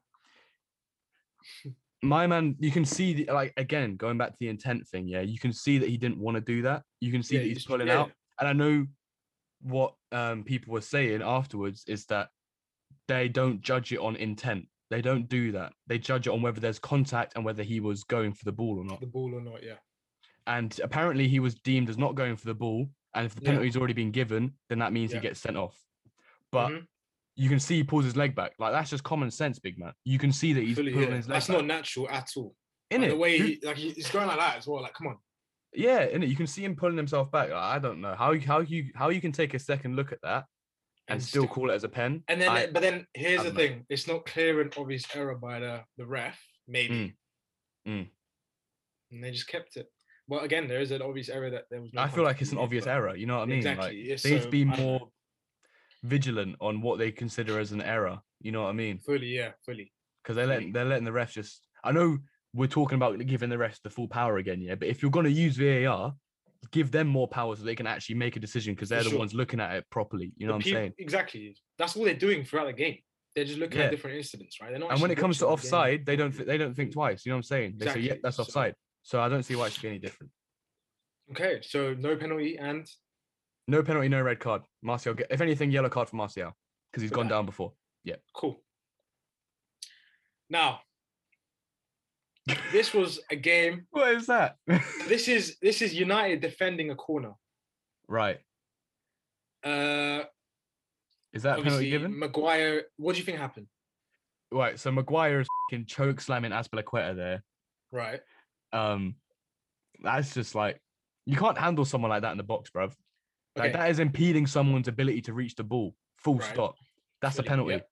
A: my man, you can see the like again going back to the intent thing. Yeah, you can see that he didn't want to do that. You can see
B: Yeah,
A: that
B: he
A: he's
B: just-
A: pulling
B: yeah.
A: out. And I know what um, people were saying afterwards is that they don't judge it on intent. They don't do that. They judge it on whether there's contact and whether he was going for the ball or not.
B: The ball or not, yeah.
A: And apparently, he was deemed as not going for the ball. And if the
B: Yeah.
A: penalty's already been given, then that means
B: Yeah.
A: he gets sent off. But
B: Mhm.
A: you can see he pulls his leg back. Like that's just common sense, big man. You can see that he's
B: Fully,
A: pulling
B: yeah.
A: his leg
B: That's
A: back.
B: not natural at all.
A: in
B: Like,
A: it.
B: the way he, like he- he's going like that as well. Like, come on.
A: Yeah, and you can see him pulling himself back. Like, I don't know how you- how you how you can take a second look at that and
B: And
A: still
B: stick-
A: call it as a pen.
B: And then,
A: I-
B: but then here's
A: I
B: the
A: don't know.
B: thing: it's not clear and obvious error by the the ref, maybe.
A: Mm.
B: And they just kept it. But again, there is an obvious error that there was. No
A: I feel like
B: contact
A: it's an
B: made,
A: obvious
B: but-
A: error. You know what I mean?
B: Exactly.
A: Like
B: yeah,
A: they need to
B: so,
A: be
B: I don't know.
A: more vigilant on what they consider as an error. You know what I mean?
B: fully. Yeah, fully.
A: Because they're letting
B: Fully.
A: they're letting the refs just. I know we're talking about giving the refs the full power again, yeah. But if you're going to use VAR, give them more power so they can actually make a decision because
B: For
A: they're the
B: sure.
A: ones looking at it properly. You know what
B: The
A: I'm
B: peop-
A: saying?
B: Exactly. That's all they're doing throughout the game. They're just looking
A: Yeah.
B: at different incidents, right? They're not
A: And when
B: actually
A: it comes to
B: watching the game.
A: offside, they don't thi- they don't think twice. You know what I'm saying? They say, "Yep,
B: Exactly,
A: that's
B: so-
A: offside." So I don't see why it should be any different.
B: Okay, so no penalty and
A: No penalty, no red card. Martial, get, if anything, yellow card for Martial because he's
B: For
A: gone
B: that.
A: down before.
B: cool. Now, this was a game.
A: What is <laughs> that?
B: This is this is United defending a corner.
A: right.
B: Uh,
A: Is that a penalty
B: obviously,
A: given?
B: Maguire. What do you think happened?
A: Right. So Maguire is fing choke slamming Aspilicueta there.
B: Right.
A: Um, that's just like you can't handle someone like that in the box, bruv. Like
B: Okay.
A: that is impeding someone's ability to reach the ball. Full
B: Right.
A: stop. That's
B: Fully,
A: a penalty.
B: yep.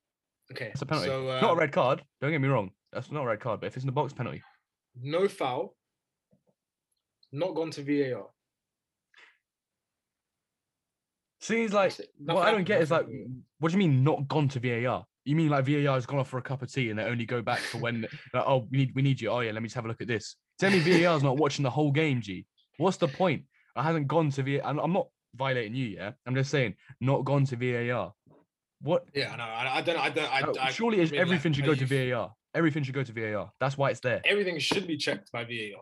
B: Okay.
A: That's a penalty.
B: So uh,
A: not a red card. Don't get me wrong. That's not a red card. But if it's in the box, penalty.
B: no foul. Not gone to VAR.
A: Seems like
B: That's it.
A: what
B: Nothing
A: I don't
B: happened,
A: get is like,
B: nothing happened.
A: what do you mean not gone to VAR? You mean like VAR has gone off for a cup of tea and they only go back for when? <laughs> like, oh, we need we need you. Oh yeah, let me just have a look at this. Tell me VAR's not watching the whole game, G. What's the point? I haven't gone to VAR. I'm, I'm not violating you, yeah. I'm just saying not gone to VAR. What?
B: Yeah, no, I, I don't. I don't. I,
A: Oh,
B: I,
A: surely it's,
B: mean, like,
A: everything should go
B: are you-
A: to VAR. Everything should go to VAR. That's why it's there.
B: everything should be checked by VAR,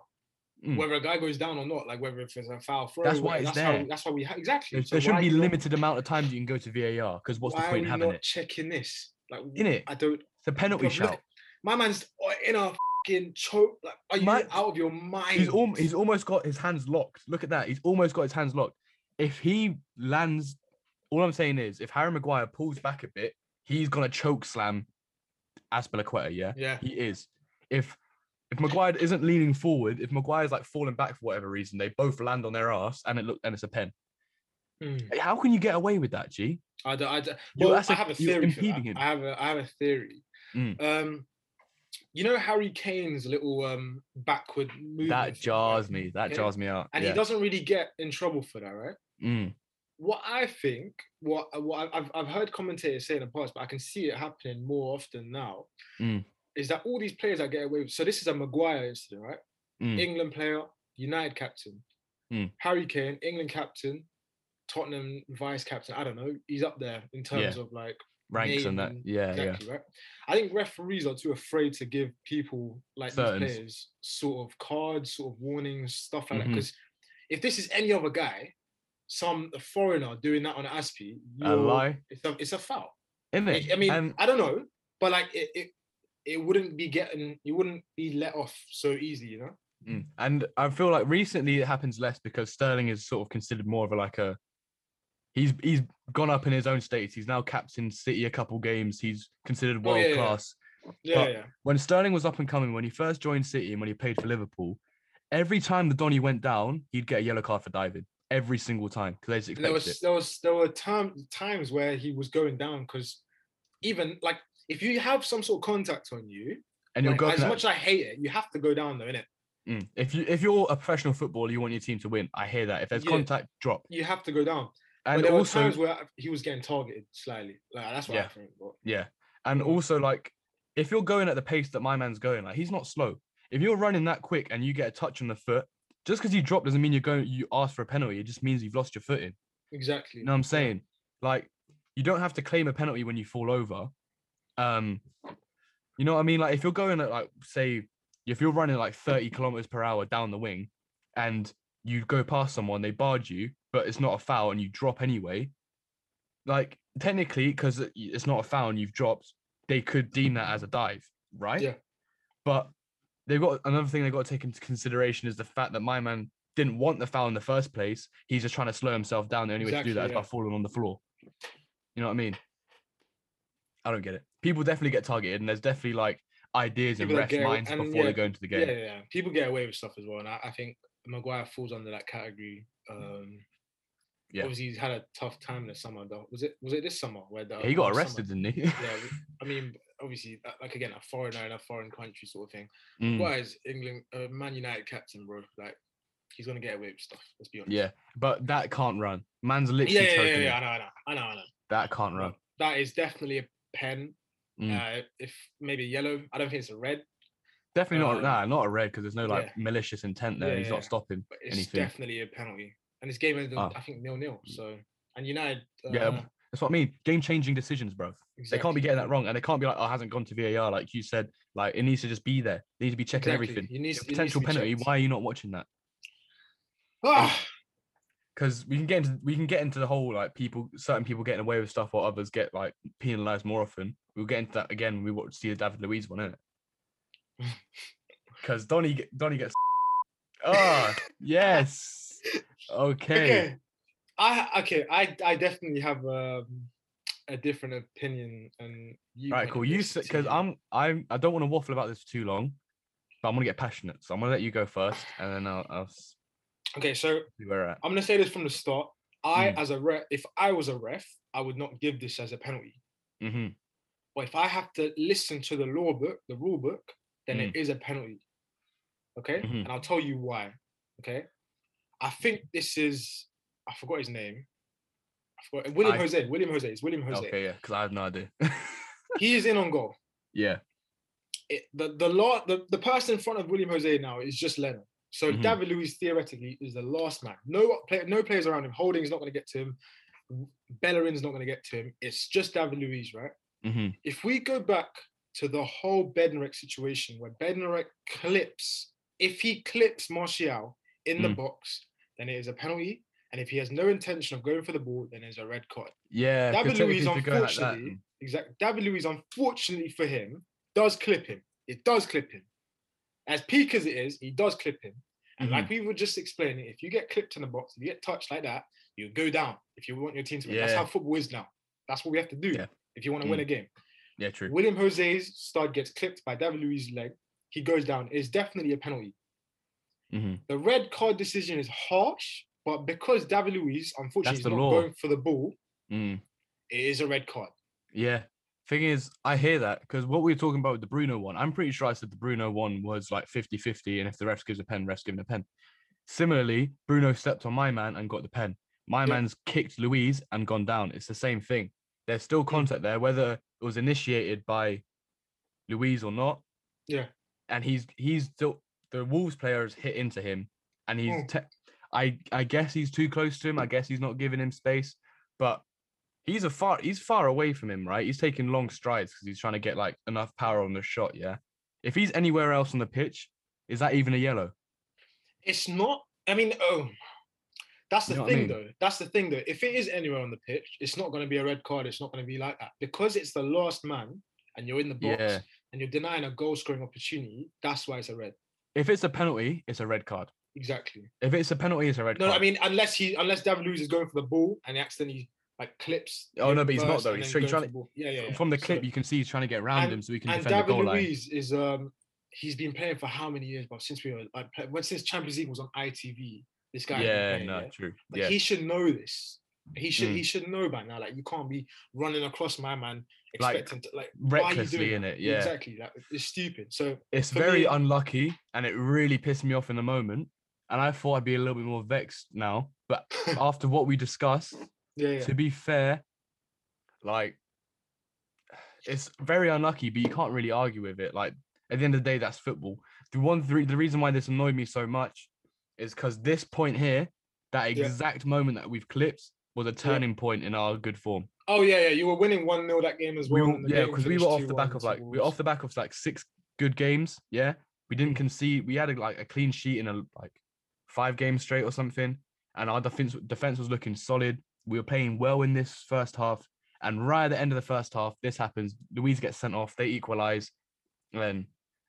A: Mm.
B: whether a guy goes down or not, like whether if it's a foul throw.
A: That's
B: wh-
A: why it's
B: that's How,
A: there.
B: that's how we ha- exactly.
A: There,
B: so
A: there
B: why
A: shouldn't be
B: are we not-
A: limited amount of times you can go to VAR because what's the
B: why
A: point in
B: are we
A: having
B: not
A: it?
B: checking this? Like,
A: In it,
B: I don't.
A: it's a penalty
B: Look,
A: shout.
B: My man's uh, in a fucking choke. Like, are you
A: My-
B: out of your mind?
A: He's al- he's almost got his hands locked. Look at that. He's almost got his hands locked. If he lands, all I'm saying is, if Harry Maguire pulls back a bit, he's gonna choke slam Aspilicueta. Yeah,
B: yeah.
A: he is. If if Maguire isn't leaning forward, if Maguire's like falling back for whatever reason, they both land on their ass and it look and it's a pen.
B: Mm.
A: Like, How can you get away with that, G?
B: I don't. I don't
A: You're-
B: well,
A: that's
B: I
A: a-
B: have a
A: you're
B: theory. For that.
A: impeding him.
B: I have a. I have a theory.
A: Mm.
B: Um, you know Harry Kane's little um backward movement.
A: That
B: thing,
A: jars
B: right?
A: me. That
B: Yeah.
A: jars me out.
B: And
A: yeah.
B: he doesn't really get in trouble for that, right?
A: Mm,
B: What I think, what, uh, what I- I've, I've heard commentators say in the past, but I can see it happening more often now,
A: Mm.
B: is that all these players that get away with. So this is a Maguire incident, right?
A: mm.
B: England player, United captain,
A: Mm.
B: Harry Kane, England captain, Tottenham vice captain. I don't know. He's up there in terms of like
A: ranks and that.
B: name
A: Yeah, yeah.
B: exactly right. I think referees are too afraid to give people like
A: Certain.
B: these players sort of cards, sort of warnings, stuff like
A: Mhm.
B: that. Because if this is any other guy, some foreigner doing that on Aspie,
A: A
B: you're-
A: lie,
B: It's a, it's a foul.
A: isn't
B: I-
A: it?
B: I mean,
A: And-
B: I don't know, but like it, it, it wouldn't be getting, you wouldn't be let off so easy, you know.
A: Mm. And I feel like recently it happens less because Sterling is sort of considered more of a like a he's he's gone up in his own states. He's now captain City a couple games. He's considered
B: Oh,
A: world
B: yeah, yeah.
A: class.
B: Yeah,
A: But-
B: yeah.
A: When Sterling was up and coming, when he first joined City and when he played for Liverpool, every time the Donny went down, he'd get a yellow card for diving every single time because they just
B: And there
A: expected
B: was
A: it.
B: there was there were time, times where he was going down because even like if you have some sort of contact on you,
A: And you'll
B: Like,
A: go for
B: as
A: that-
B: much as I hate it, you have to go down though, innit?
A: Mm. if you if you're a professional footballer, you want your team to win. I hear that. If there's
B: Yeah.
A: contact, drop.
B: You have to go down. but
A: And
B: there
A: also,
B: were times where he was getting targeted slightly. Like that's what I
A: Yeah.
B: think. But
A: Yeah. And
B: Mm.
A: also like if you're going at the pace that my man's going, like he's not slow. If you're running that quick and you get a touch on the foot, just because you drop doesn't mean you're going you ask for a penalty. It just means you've lost your footing.
B: exactly.
A: You know what I'm saying? Like you don't have to claim a penalty when you fall over. Um you know what I mean? Like if you're going at like say if you're running like 30 kilometers per hour down the wing and you go past someone, they barred you, but it's not a foul and you drop anyway. Like technically, because it's not a foul and you've dropped, they could deem that as a dive, right?
B: Yeah.
A: But they've got another thing they've got to take into consideration is the fact that my man didn't want the foul in the first place. He's just trying to slow himself down. The only way to do that
B: Exactly,
A: is by
B: yeah.
A: falling on the floor. You know what I mean? I don't get it. People definitely get targeted, and there's definitely like ideas in
B: People that
A: refs'
B: get-
A: minds
B: and
A: before
B: yeah,
A: they go into the
B: Yeah,
A: game.
B: yeah, yeah. People get away with stuff as well, and I, I think Maguire falls under that category. Um,
A: Yeah.
B: Obviously, he's had a tough time this summer. Though was it was it this summer where the,
A: He got
B: last summer?
A: arrested, didn't he?
B: Yeah, I mean, obviously, uh, like again, a foreigner in a foreign country sort of thing.
A: <laughs> Mm.
B: Why is England uh, Man United captain, bro? Like, he's gonna get away with stuff. Let's be honest.
A: Yeah, but that can't run. Man's literally
B: Yeah, yeah,
A: choking
B: yeah,
A: him.
B: yeah. I know, I know, I know, I know.
A: That can't
B: Well,
A: run.
B: That is definitely a pen.
A: Mm.
B: Uh, if maybe yellow, I don't think it's a red,
A: Definitely not.
B: uh,
A: nah, not a red because there's no like
B: yeah.
A: malicious intent there.
B: Yeah,
A: He's
B: yeah,
A: not
B: yeah.
A: stopping.
B: but it's
A: Anything.
B: definitely a penalty. And this game ended,
A: Ah.
B: I think, nil nil. So, and United, uh,
A: Yeah, That's what I mean. Game changing decisions, bro. They can't be getting that wrong, and they can't be like, "Oh, it hasn't gone to VAR," like you said. Like it needs to just be there. They need to be checking everything.
B: You need
A: If Potential penalty. Why are you not watching that?
B: Ah,
A: Because we can get into we can get into the whole like people, certain people getting away with stuff, while others get like penalised more often. We'll get into that again when we watch see the David Luiz one, innit?
B: <laughs>
A: Because Donny get- Donny gets. Ah, yes. Okay.
B: <laughs> okay. I okay. I I definitely have um, a different opinion and you.
A: All right, cool. You because I'm I'm I don't want to waffle about this for too long, but I'm gonna get passionate. So I'm gonna let you go first, and then I'll, I'll s-
B: okay. So
A: see where we're at.
B: I'm gonna say this from the start. I
A: Mm.
B: as a ref, if I was a ref, I would not give this as a penalty.
A: hmm
B: But if I have to listen to the law book, the rule book, then
A: Mm.
B: it is a penalty. Okay?
A: Mhm.
B: And I'll tell you why. Okay. I think this is I forgot his name. I forgot William
A: I-
B: Jose. William Jose. It's William Jose.
A: Okay, yeah, because I have no idea. <laughs>
B: He is in on goal.
A: yeah.
B: It, the the law the, the person in front of William Jose now is just Lennon. So
A: Mhm.
B: David Luiz theoretically is the last man. No play, no players around him. Holding's not going to get to him. Bellerin's not going to get to him. It's just David Luiz, right?
A: hmm
B: if we go back to the whole Bednarek situation where Bednarek clips, if he clips Martial in the
A: Mm.
B: box, then it is a penalty. And if he has no intention of going for the ball, then it's a red card.
A: Yeah. 'cause
B: David
A: technically
B: Luiz,
A: if you're going like that, hmm.
B: unfortunately, exactly. David Luiz, unfortunately for him, does clip him. It does clip him. As peak as it is, he does clip him. And
A: mhm.
B: like we were just explaining, if you get clipped in the box, if you get touched like that, you go down. If you want your team to win, that's
A: Yeah.
B: how football is now. That's what we have to do
A: Yeah.
B: if you want to win
A: Mm.
B: a game.
A: yeah, true.
B: William Jose's stud gets clipped by David Luiz's leg. He goes down. It's definitely a penalty.
A: hmm
B: The red card decision is harsh, but because David Luiz, unfortunately,
A: That's
B: is
A: the
B: not
A: law.
B: going for the ball,
A: Mm.
B: it is a red card.
A: Yeah. Thing is, I hear that because what we were talking about with the Bruno one, I'm pretty sure I said the Bruno one was like 50 50. And if the ref gives a pen, ref's giving a pen. Similarly, Bruno stepped on my man and got the pen. My
B: Yeah.
A: man's kicked Louise and gone down. It's the same thing. There's still contact there, whether it was initiated by Louise or not.
B: Yeah.
A: And he's he's still the Wolves player has hit into him, and he's
B: Mm.
A: te- I I guess he's too close to him. I guess he's not giving him space, but he's a far he's far away from him, right? He's taking long strides because he's trying to get like enough power on the shot. Yeah. If he's anywhere else on the pitch, is that even a yellow?
B: It's not. I mean, oh, that's the
A: You know what I
B: thing
A: mean?
B: though. That's the thing though. If it is anywhere on the pitch, it's not going to be a red card. It's not going to be like that because it's the last man and you're in the box
A: Yeah.
B: and you're denying a goal scoring opportunity. That's why it's a red.
A: If it's a penalty, it's a red card.
B: Exactly.
A: If it's a penalty, it's a red
B: No,
A: card.
B: I mean unless he unless David Luiz is going for the ball and he accidentally like clips.
A: Oh,
B: him
A: no, but he's not,
B: first
A: though.
B: and
A: He's trying-
B: then going for
A: trying-
B: the ball. Yeah, yeah, yeah.
A: from the
B: So-
A: clip, you can see he's trying to get around
B: And-
A: him so he can
B: and
A: defend the
B: David
A: goal line.
B: Luiz is um he's been playing for how many years? But since we were like play- when since Champions League was on ITV, this guy. has been
A: Yeah,
B: playing,
A: no,
B: yeah?
A: true.
B: Like,
A: yeah,
B: He should know this. He should
A: Mm.
B: he should know by now. Like you can't be running across my man
A: Like,
B: expecting to, like
A: recklessly
B: doing
A: in it. Yeah,
B: exactly. Like it's
A: <laughs>
B: stupid. So
A: it's
B: For
A: very
B: me-
A: unlucky, and it really pissed me off in the moment. And I thought I'd be a little bit more vexed now, but after what we discussed,
B: yeah, yeah.
A: to be fair, like it's very unlucky, but you can't really argue with it. Like at the end of the day, that's football. The one three the reason why this annoyed me so much is because this point here, that
B: Yeah.
A: exact moment that we've clipped was a turning point in our good form.
B: Oh yeah, yeah. You were winning one 0 that game as
A: We
B: well.
A: were,
B: and the
A: yeah,
B: game
A: because we
B: finished
A: were off the
B: 2-1
A: back of like we were
B: towards-
A: off the back of like six good games. Yeah, we didn't
B: Mm.
A: concede. We had a, like a clean sheet in a like five games straight or something, and our defense defense was looking solid. We were playing well in this first half, and right at the end of the first half, this happens. Louise gets sent off. They equalize, and then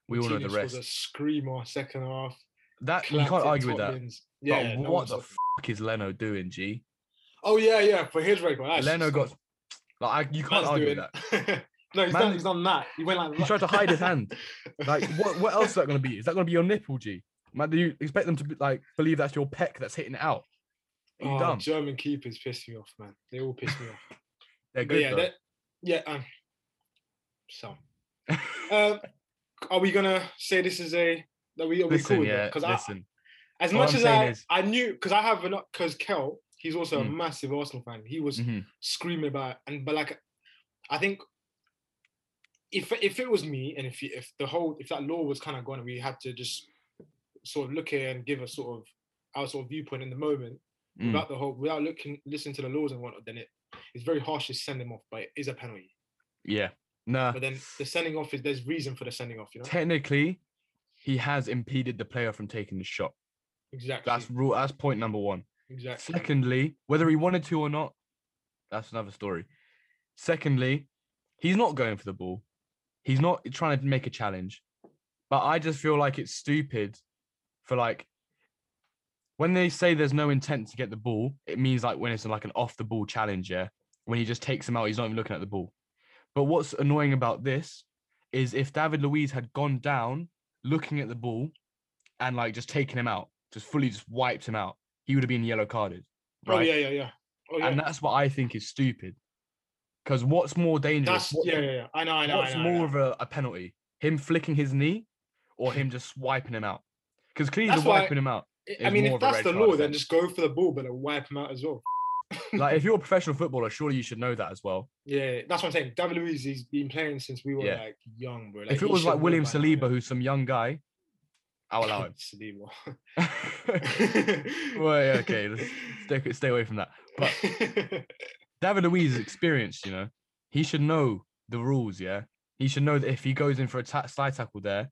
A: we all know the
B: Martinez was
A: rest.
B: a screamer second half.
A: That you
B: clapped
A: can't
B: in
A: argue with
B: top
A: that.
B: bins. Yeah.
A: but
B: no
A: what
B: one's
A: the
B: up-
A: fuck is Leno doing, G?
B: oh yeah, yeah. For his record, that's
A: Leno
B: just-
A: got like I, you can't
B: man's
A: argue with
B: doing-
A: that.
B: <laughs> no, he's
A: Man-
B: done. He's done that. He went like
A: He
B: that.
A: tried to hide his hand. Like, what, what else is that going to be? Is that going to be your nipple, G? Man, do you expect them to be, like believe that's your peck that's hitting it out? You
B: Oh,
A: dumb.
B: German keepers piss me off, man. They all piss me off.
A: They're
B: But
A: good
B: yeah,
A: though.
B: that- yeah. Um, so, um, are we gonna say this is a that we are we
A: listen,
B: cool?
A: yeah,
B: Because
A: listen.
B: as
A: all
B: much
A: I'm
B: as
A: saying
B: I,
A: is-
B: I knew because I have an because Kel, he's also a
A: Mm.
B: massive Arsenal fan. He was
A: Mhm.
B: screaming about and but like I think if if it was me and if you- if the whole if that law was kind of gone and we had to just sort of look at it and give a sort of our sort of viewpoint in the moment
A: Mm.
B: without the whole without looking listening to the laws and whatnot, then it It's very harsh to send him off, but it is a penalty.
A: Yeah. Nah.
B: But then the sending off is there's reason for the sending off, you know?
A: Technically, he has impeded the player from taking the shot.
B: Exactly.
A: That's rule. That's point number one.
B: exactly.
A: Secondly, whether he wanted to or not, that's another story. Secondly, he's not going for the ball. He's not trying to make a challenge. But I just feel like it's stupid for like when they say there's no intent to get the ball, it means like when it's like an off the ball challenge, yeah. When he just takes him out, he's not even looking at the ball. But what's annoying about this is if David Luiz had gone down looking at the ball and like just taken him out, just fully just wiped him out, he would have been yellow carded.
B: Oh
A: Right.
B: yeah, yeah, yeah. Oh yeah.
A: And that's what I think is stupid. Because what's more dangerous?
B: That's
A: What-
B: yeah, yeah, yeah. I know, I know,
A: what's
B: I know. I
A: more
B: know.
A: of a, a penalty? Him flicking his knee or him just swiping him out? Because clearly
B: That's
A: the
B: why-
A: wiping him out.
B: I
A: is more
B: mean, if
A: of a
B: that's
A: red
B: the
A: card
B: law, then
A: offence.
B: just go for the ball, but then wipe him out as well.
A: like if you're a professional footballer, surely you should know that as well.
B: Yeah, that's what I'm saying. David Luiz, he's been playing since we were
A: Yeah.
B: like young, bro.
A: if
B: he
A: it was
B: should
A: like
B: know
A: William
B: by now,
A: Saliba,
B: yeah.
A: who's some young guy, I'll allow
B: <laughs>
A: him. <laughs>
B: Saliba.
A: well, yeah, okay, let's
B: <laughs>
A: stay, stay away from that. But David Luiz is experienced, you know. He should know the rules, yeah. He should know that if he goes in for a ta- slide tackle there,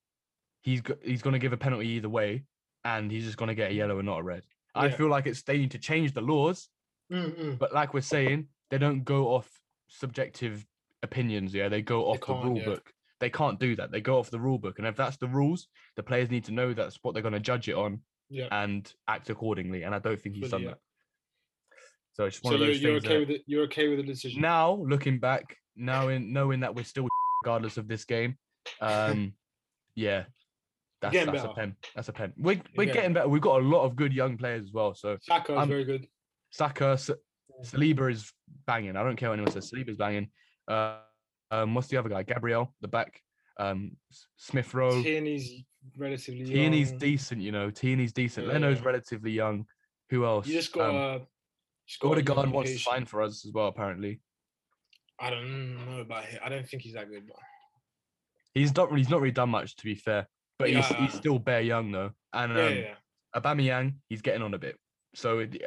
A: he's go- he's going to give a penalty either way, and he's just going to get a yellow and not a red. I
B: Yeah.
A: feel like it's they need to change the laws,
B: Mm, mm.
A: but like we're saying, they don't go off subjective opinions. Yeah, they go off the
B: can't,
A: rule
B: yeah.
A: book. They can't do that. They go off the rule book, and if that's the rules, the players need to know that's what they're going to judge it on
B: Yeah.
A: and act accordingly. And I don't think he's done
B: Fully, yeah.
A: that. So it's just one
B: So
A: of
B: you're,
A: those
B: you're
A: things.
B: okay
A: that-
B: with it? You're okay with the
A: <laughs>
B: decision?
A: now looking back now in knowing that we're still <laughs> regardless of this game
B: <laughs>
A: um yeah that's,
B: Getting
A: that's a
B: better.
A: pen that's a pen we're, we're
B: getting
A: getting better we've got a lot of good young players as well so
B: Saka is
A: I'm-
B: very good.
A: Saka S- Saliba is banging I don't care what anyone says Saliba's banging uh, um what's the other guy Gabriel the back um S- Smith Rowe
B: Tierney's relatively.
A: Tierney's
B: young.
A: decent you know Tierney's decent
B: Yeah,
A: Leno's
B: yeah.
A: relatively young who else
B: You just got.
A: um,
B: uh, just got
A: Odegaard wants to
B: communication.
A: sign for us as well apparently
B: I don't know about him. I don't think he's that good. But
A: He's not he's not really done much to be fair, but he's he's
B: Yeah.
A: still bare young though. And um,
B: yeah, yeah, yeah.
A: Aubameyang, he's getting on a bit. So it-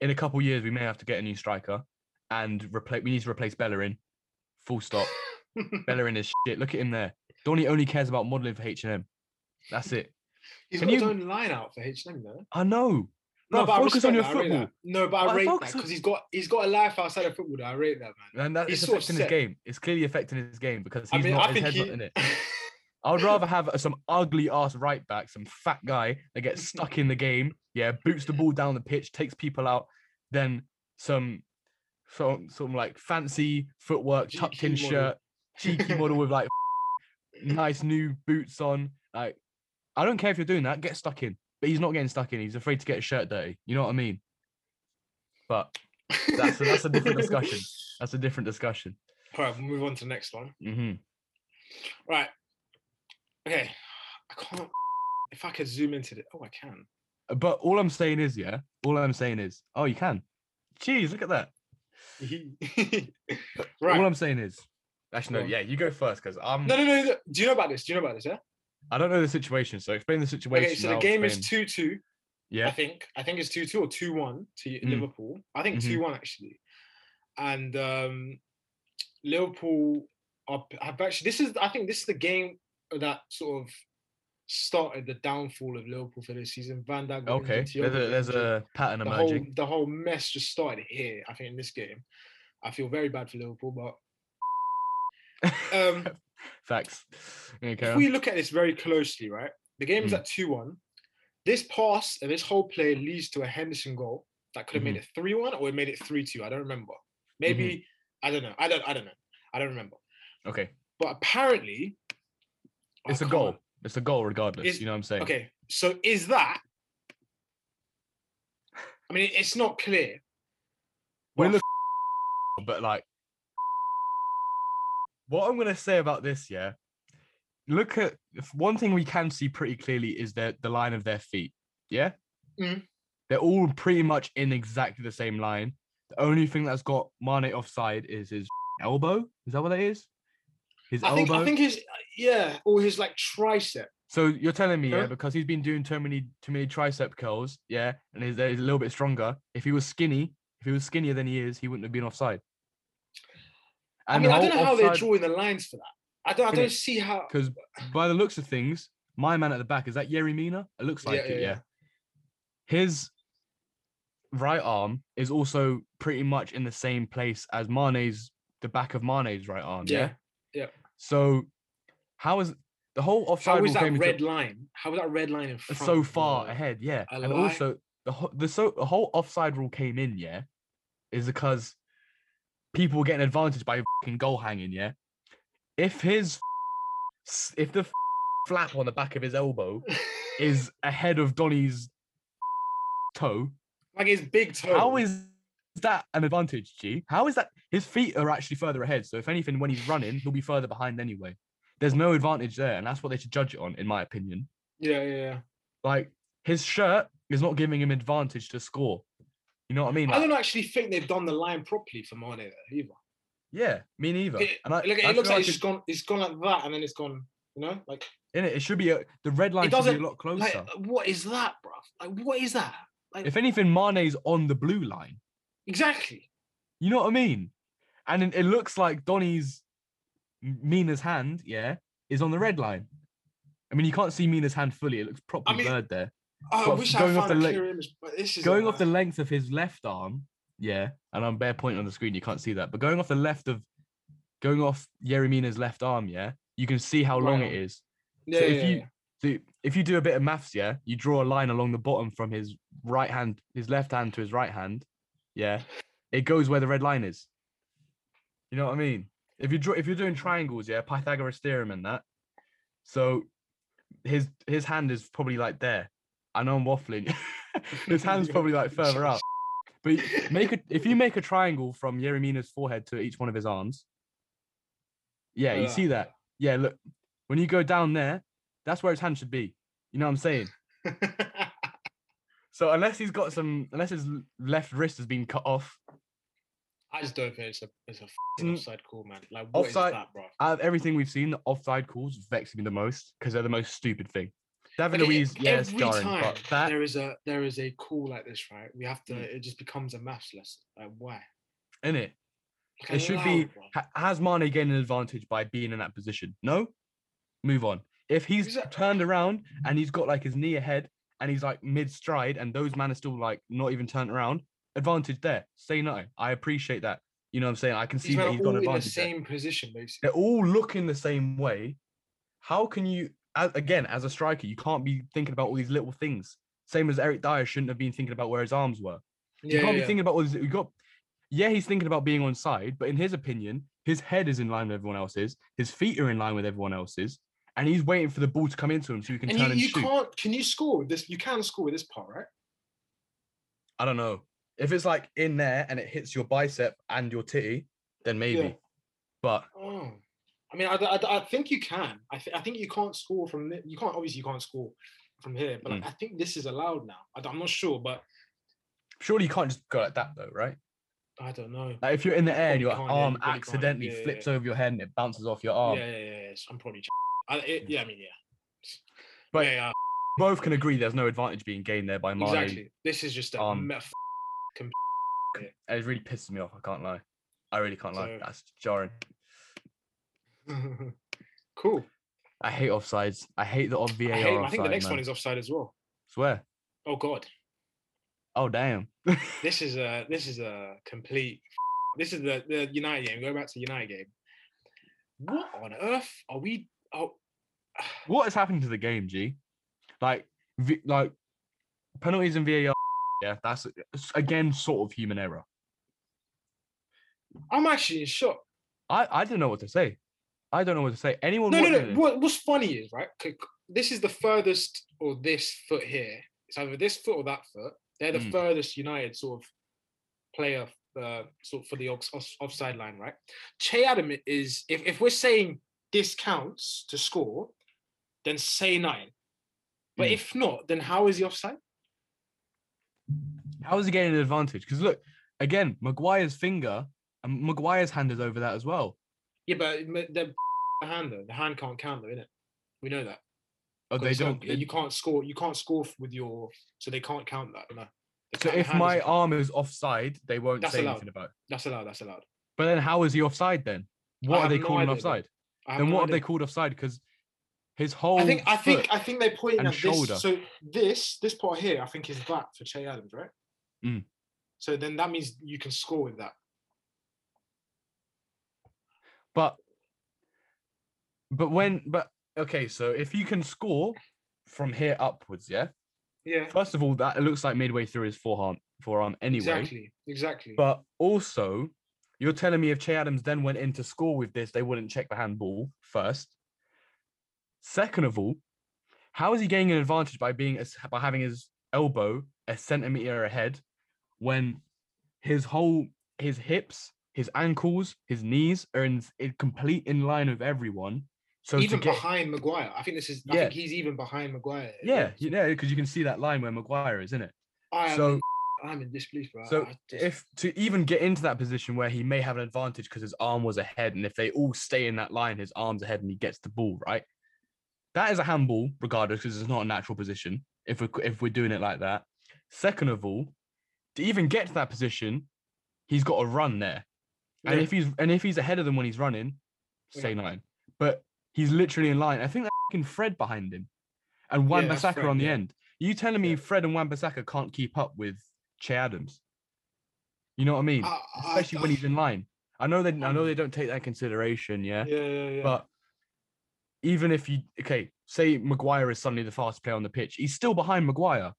A: in a couple years, we may have to get a new striker, and replace. We need to replace Bellerin. Full
B: <laughs>
A: stop. Bellerin is shit. Look at him there. Donny only cares about modelling for H and M. That's it.
B: He's
A: Can
B: got his
A: you-
B: own line out for H&M, though.
A: I know. No,
B: I
A: focus on
B: respect
A: your
B: that, I rate
A: football.
B: that. No, but I
A: But I
B: rate that
A: focus on-
B: because he's got he's got a life outside of football. Though. I rate that man.
A: And that
B: He's
A: is
B: sort of
A: affecting
B: set.
A: his game. It's clearly affecting his game because
B: I
A: he's
B: mean,
A: not.
B: I
A: his
B: think
A: head's
B: he.
A: not in it. I would rather have some ugly ass right back, some fat guy that gets stuck in the game, yeah, boots the ball down the pitch, takes people out, than some some some like fancy footwork, tucked in
B: Cheeky model.
A: shirt, cheeky model with
B: <laughs>
A: like nice new boots on. Like, I don't care if you're doing that, get stuck in. But he's not getting stuck in. He's afraid to get his shirt dirty. You know what I mean? But that's a- that's a different discussion. that's a different discussion.
B: <laughs> All right, we'll move on to the next one.
A: hmm
B: Right. Okay. I can't. If I could zoom into the. Oh, I can. <laughs>
A: But all I'm saying is, yeah, all I'm saying is, oh, you can. Jeez, look at that.
B: right.
A: All I'm saying is, actually,
B: Go
A: no,
B: on.
A: yeah, you go first because I'm.
B: No, no, no, no. Do you know about this? Do you know about this? Yeah.
A: I don't know the situation, so explain the situation.
B: Okay. So the
A: I'll
B: game is
A: explain.
B: two two. I
A: yeah,
B: think. I think it's two two or two one to
A: Mm.
B: Liverpool. I think
A: Mhm.
B: two one actually. And um Liverpool are have actually this is I think this is the game that sort of started the downfall of Liverpool for this season. Van Dijk. got
A: okay. There's a
B: injured, Thiago got
A: there's
B: injured.
A: a pattern
B: the whole
A: emerging.
B: the whole mess just started here. I think in this game, I feel very bad for Liverpool, but
A: <laughs>
B: um,
A: Facts. Okay.
B: if we look at this very closely, right? The game is
A: Mm.
B: at two one. This pass and this whole play leads to a Henderson goal that could have made
A: Mm-hmm.
B: it three one or it made it three two. I don't remember. Maybe
A: Mm-hmm.
B: I don't know. I don't. I don't know. I don't remember.
A: okay.
B: But apparently, I
A: It's a
B: can't-
A: goal. It's a goal, regardless.
B: Oh, Is-
A: you know what I'm saying?
B: Okay, so is that? I mean, it's not clear.
A: We're
B: Well,
A: look- <laughs> but like, what I'm gonna say about this, yeah. Look at if one thing we can see pretty clearly is their the line of their feet. Yeah,
B: Mm.
A: they're all pretty much in exactly the same line. The only thing that's got Mane offside is his <laughs> elbow. Is that what that is? His
B: I
A: elbow.
B: think. I think his yeah, or his like tricep.
A: So you're telling me, yeah,
B: Huh?
A: because he's been doing too many too many tricep curls, yeah, and he's, he's a little bit stronger. If he was skinny, if he was skinnier than he is, he wouldn't have been offside.
B: I mean, I don't know how
A: <coughs>
B: they're drawing the lines for that. I don't. I don't
A: Finish.
B: see how.
A: Because by the looks of things, my man at the back is that Yerry Mina. It looks
B: Yeah,
A: like
B: yeah,
A: it. Yeah.
B: yeah.
A: His right arm is also pretty much in the same place as Mane's, the back of Mane's right arm. Yeah.
B: Yeah.
A: So how is the whole offside?
B: How is
A: rule came into-
B: that red line? How is that red line in front?
A: so
B: of the
A: far
B: goal?
A: ahead, yeah.
B: I
A: and
B: lie.
A: also the ho- the so the whole offside rule came in, yeah, is because people were getting advantage by fucking goal hanging, yeah. If his s- if the flap on the back of his elbow is ahead of Donny's toe,
B: <laughs> like his big toe.
A: how is that an advantage, G? How is that his feet are actually further ahead? So if anything, when he's running, he'll be further behind anyway. There's no advantage there, and that's what they should judge it on, in my opinion.
B: Yeah, yeah, yeah.
A: Like his shirt is not giving him advantage to score. You know what I mean?
B: I
A: Like,
B: don't actually think they've done the line properly for Mane there either.
A: yeah, me neither.
B: It,
A: And I,
B: look,
A: I
B: it looks
A: feel
B: like it's
A: it,
B: just gone. It's gone like that, and then it's gone. You know, like
A: innit, it should be a, the red line should be a
B: doesn't-
A: lot closer.
B: like what is that, bro? Like what is that? Like
A: if anything, Mane's on the blue line.
B: exactly.
A: You know what I mean? And it, it looks like Donny's Mina's hand, yeah, is on the red line. I mean, you can't see Mina's hand fully. It looks properly
B: mean,
A: blurred there.
B: Oh, I
A: But
B: wish
A: going
B: I
A: off
B: found a
A: the leg-
B: clear image, but this is
A: going off the length of his left arm, yeah, and I'm bare pointing on the screen, you can't see that, but going off the left of going off Yeremina's left arm, yeah, you can see how
B: Right
A: long
B: arm.
A: it is.
B: yeah,
A: so
B: yeah,
A: if you
B: yeah.
A: so if you do a bit of maths, yeah, you draw a line along the bottom from his right hand, his left hand to his right hand, yeah, it goes where the red line is. You know what I mean? If you draw, if you're doing triangles, yeah, Pythagoras theorem and that, so his his hand is probably like there. I know I'm waffling. <laughs> his hand's probably like further up. But y- make a if you make a triangle from Yeremina's forehead to each one of his arms, yeah,
B: Like
A: you
B: that.
A: see that. Yeah, look, when you go down there, that's where his hand should be. You know what I'm saying? So unless he's got some, unless his l- left wrist has been cut off,
B: <laughs> I just don't think it's a it's a
A: Mm.
B: f***ing offside call, man. Like what is
A: Offside-
B: that, bro?
A: out of everything we've seen, the offside calls vex me the most because they're the most stupid thing. David
B: Like, e-
A: Luiz, yeah, it's
B: every
A: jarring,
B: time
A: but that Mm.
B: there is a there is a call like this, right? We have to. It just becomes a maths lesson. Like why?
A: in it.
B: Like,
A: It should
B: allow
A: be
B: it, bro.
A: ha- has Mane gained an advantage by being in that position? No, move on. If he's
B: Exact-
A: turned around and he's got like his knee ahead and he's like mid stride and those men are still like not even turned around, advantage there. Say nothing. I appreciate that. You know what I'm saying? I can see
B: These men
A: that
B: are
A: he's got
B: all
A: an
B: in the
A: advantage. there.
B: same position, basically.
A: They're all looking the same way. How can you, a- again, as a striker, you can't be thinking about all these little things. Same as Eric Dyer shouldn't have been thinking about where his arms were. You
B: Yeah,
A: can't
B: yeah,
A: be thinking about all this. You got, yeah, he's thinking about being on side, but in his opinion, his head is in line with everyone else's. His feet are in line with everyone else's, and he's waiting for the ball to come into him so he can
B: and
A: turn
B: you,
A: and
B: you
A: shoot.
B: can't. Can you score with this? You can score with this part, right?
A: I don't know if it's like in there and it hits your bicep and your titty, then maybe.
B: Yeah.
A: But
B: Oh, I mean, I, I, I think you can. I, th- I think you can't score from thi- you can't obviously you can't score from here,
A: Mm.
B: but like, I think this is allowed now. I, am not sure, but
A: surely you can't just go like that though, right?
B: I don't know.
A: Like if you're in the air and
B: Probably
A: your
B: can't, yeah, you
A: arm
B: probably can't,
A: accidentally
B: yeah, yeah,
A: flips
B: yeah.
A: over your head and it bounces off your arm,
B: yeah, yeah, yeah, yeah, so I'm probably. I, it, yeah, I mean, yeah.
A: But-
B: yeah, yeah,
A: both can agree there's no advantage being gained there by Mane.
B: exactly. This is just a
A: um,
B: meta
A: It really pisses me off. I can't lie. I really can't lie.
B: So-
A: That's jarring.
B: <laughs> cool.
A: I hate offsides. I hate the odd VAR
B: I, hate,
A: offside.
B: I think the next
A: man.
B: one is offside as well.
A: Swear.
B: Oh God,
A: Oh damn.
B: this is a this is a complete. <laughs> This is the the United game. Going back to the United game. What on earth are we? Oh,
A: what has happened to the game, G? Like, v- like penalties and VAR. Yeah, that's it's again sort of human error.
B: I'm actually in shock.
A: I I don't know what to say. I don't know what to say. Anyone?
B: No, no,
A: watching
B: no.
A: this-
B: What, what's funny is right. c- c- This is the furthest or this foot here. It's either this foot or that foot. They're the
A: Mm.
B: furthest United sort of player uh, sort of for the ox, off, offside line, right? Che Adam is if, if we're saying this counts to score, then say nine. But
A: Mm.
B: if not, then how is he offside?
A: How is he getting an advantage? Because look, again, Maguire's finger and Maguire's hand is over that as well.
B: Yeah, but m- the <laughs> hand though, the hand can't count though, innit? We know that.
A: Oh,
B: 'Cause
A: they
B: it's
A: don't.
B: not-
A: they-
B: you can't score. You can't score f- with your. So they can't count that. No. They
A: so
B: count the
A: if
B: hand as
A: my
B: a-
A: arm is offside, they won't
B: That's
A: say
B: allowed.
A: anything about. it.
B: that's allowed. That's allowed.
A: But then, how is he offside then? What are
B: have
A: they
B: no
A: calling
B: idea.
A: offside?
B: I have
A: Then
B: no
A: what have they
B: idea.
A: called offside? Because his whole
B: I think I think
A: foot-
B: I think they're pointing
A: and
B: at
A: shoulder.
B: this. So this this part here, I think, is that for Che Adams, right?
A: Mm.
B: So then that means you can score with that.
A: but but when but okay, so if you can score from here upwards, yeah.
B: Yeah.
A: First of all, that it looks like midway through his forearm forearm anyway.
B: Exactly. Exactly.
A: But also, you're telling me if Che Adams then went in to score with this, they wouldn't check the handball first. Second of all, how is he gaining an advantage by being as- by having his elbow a centimeter ahead when his whole his hips, his ankles, his knees are in, in complete in line with everyone. So to
B: even
A: get-
B: behind Maguire, I think this is. I
A: Yeah.
B: think he's even behind Maguire. as
A: yeah,
B: well.
A: you know, because you can see that line where Maguire is in it.
B: I am
A: So
B: in, I'm in disbelief, bro.
A: So
B: I just-
A: if to even get into that position where he may have an advantage because his arm was ahead, and if they all stay in that line, his arm's ahead and he gets the ball right. That is a handball, regardless, because it's not a natural position. If we if we're doing it like that, second of all, to even get to that position, he's got to run there, and
B: Yeah.
A: if he's and if he's ahead of them when he's running, say nine. But he's literally in line. I think that fucking Fred behind him, and
B: Yeah,
A: Wan
B: that's
A: Bissaka
B: Fred,
A: on the
B: yeah.
A: end. you telling me
B: Yeah.
A: Fred and Wan Bissaka can't keep up with Che Adams? You know what I mean?
B: I- I-
A: Especially when he's in line. I know they I know
B: Um,
A: they don't take that in consideration, yeah.
B: yeah, yeah, yeah.
A: But even if you okay, say Maguire is suddenly the fastest player on the pitch, he's still behind Maguire.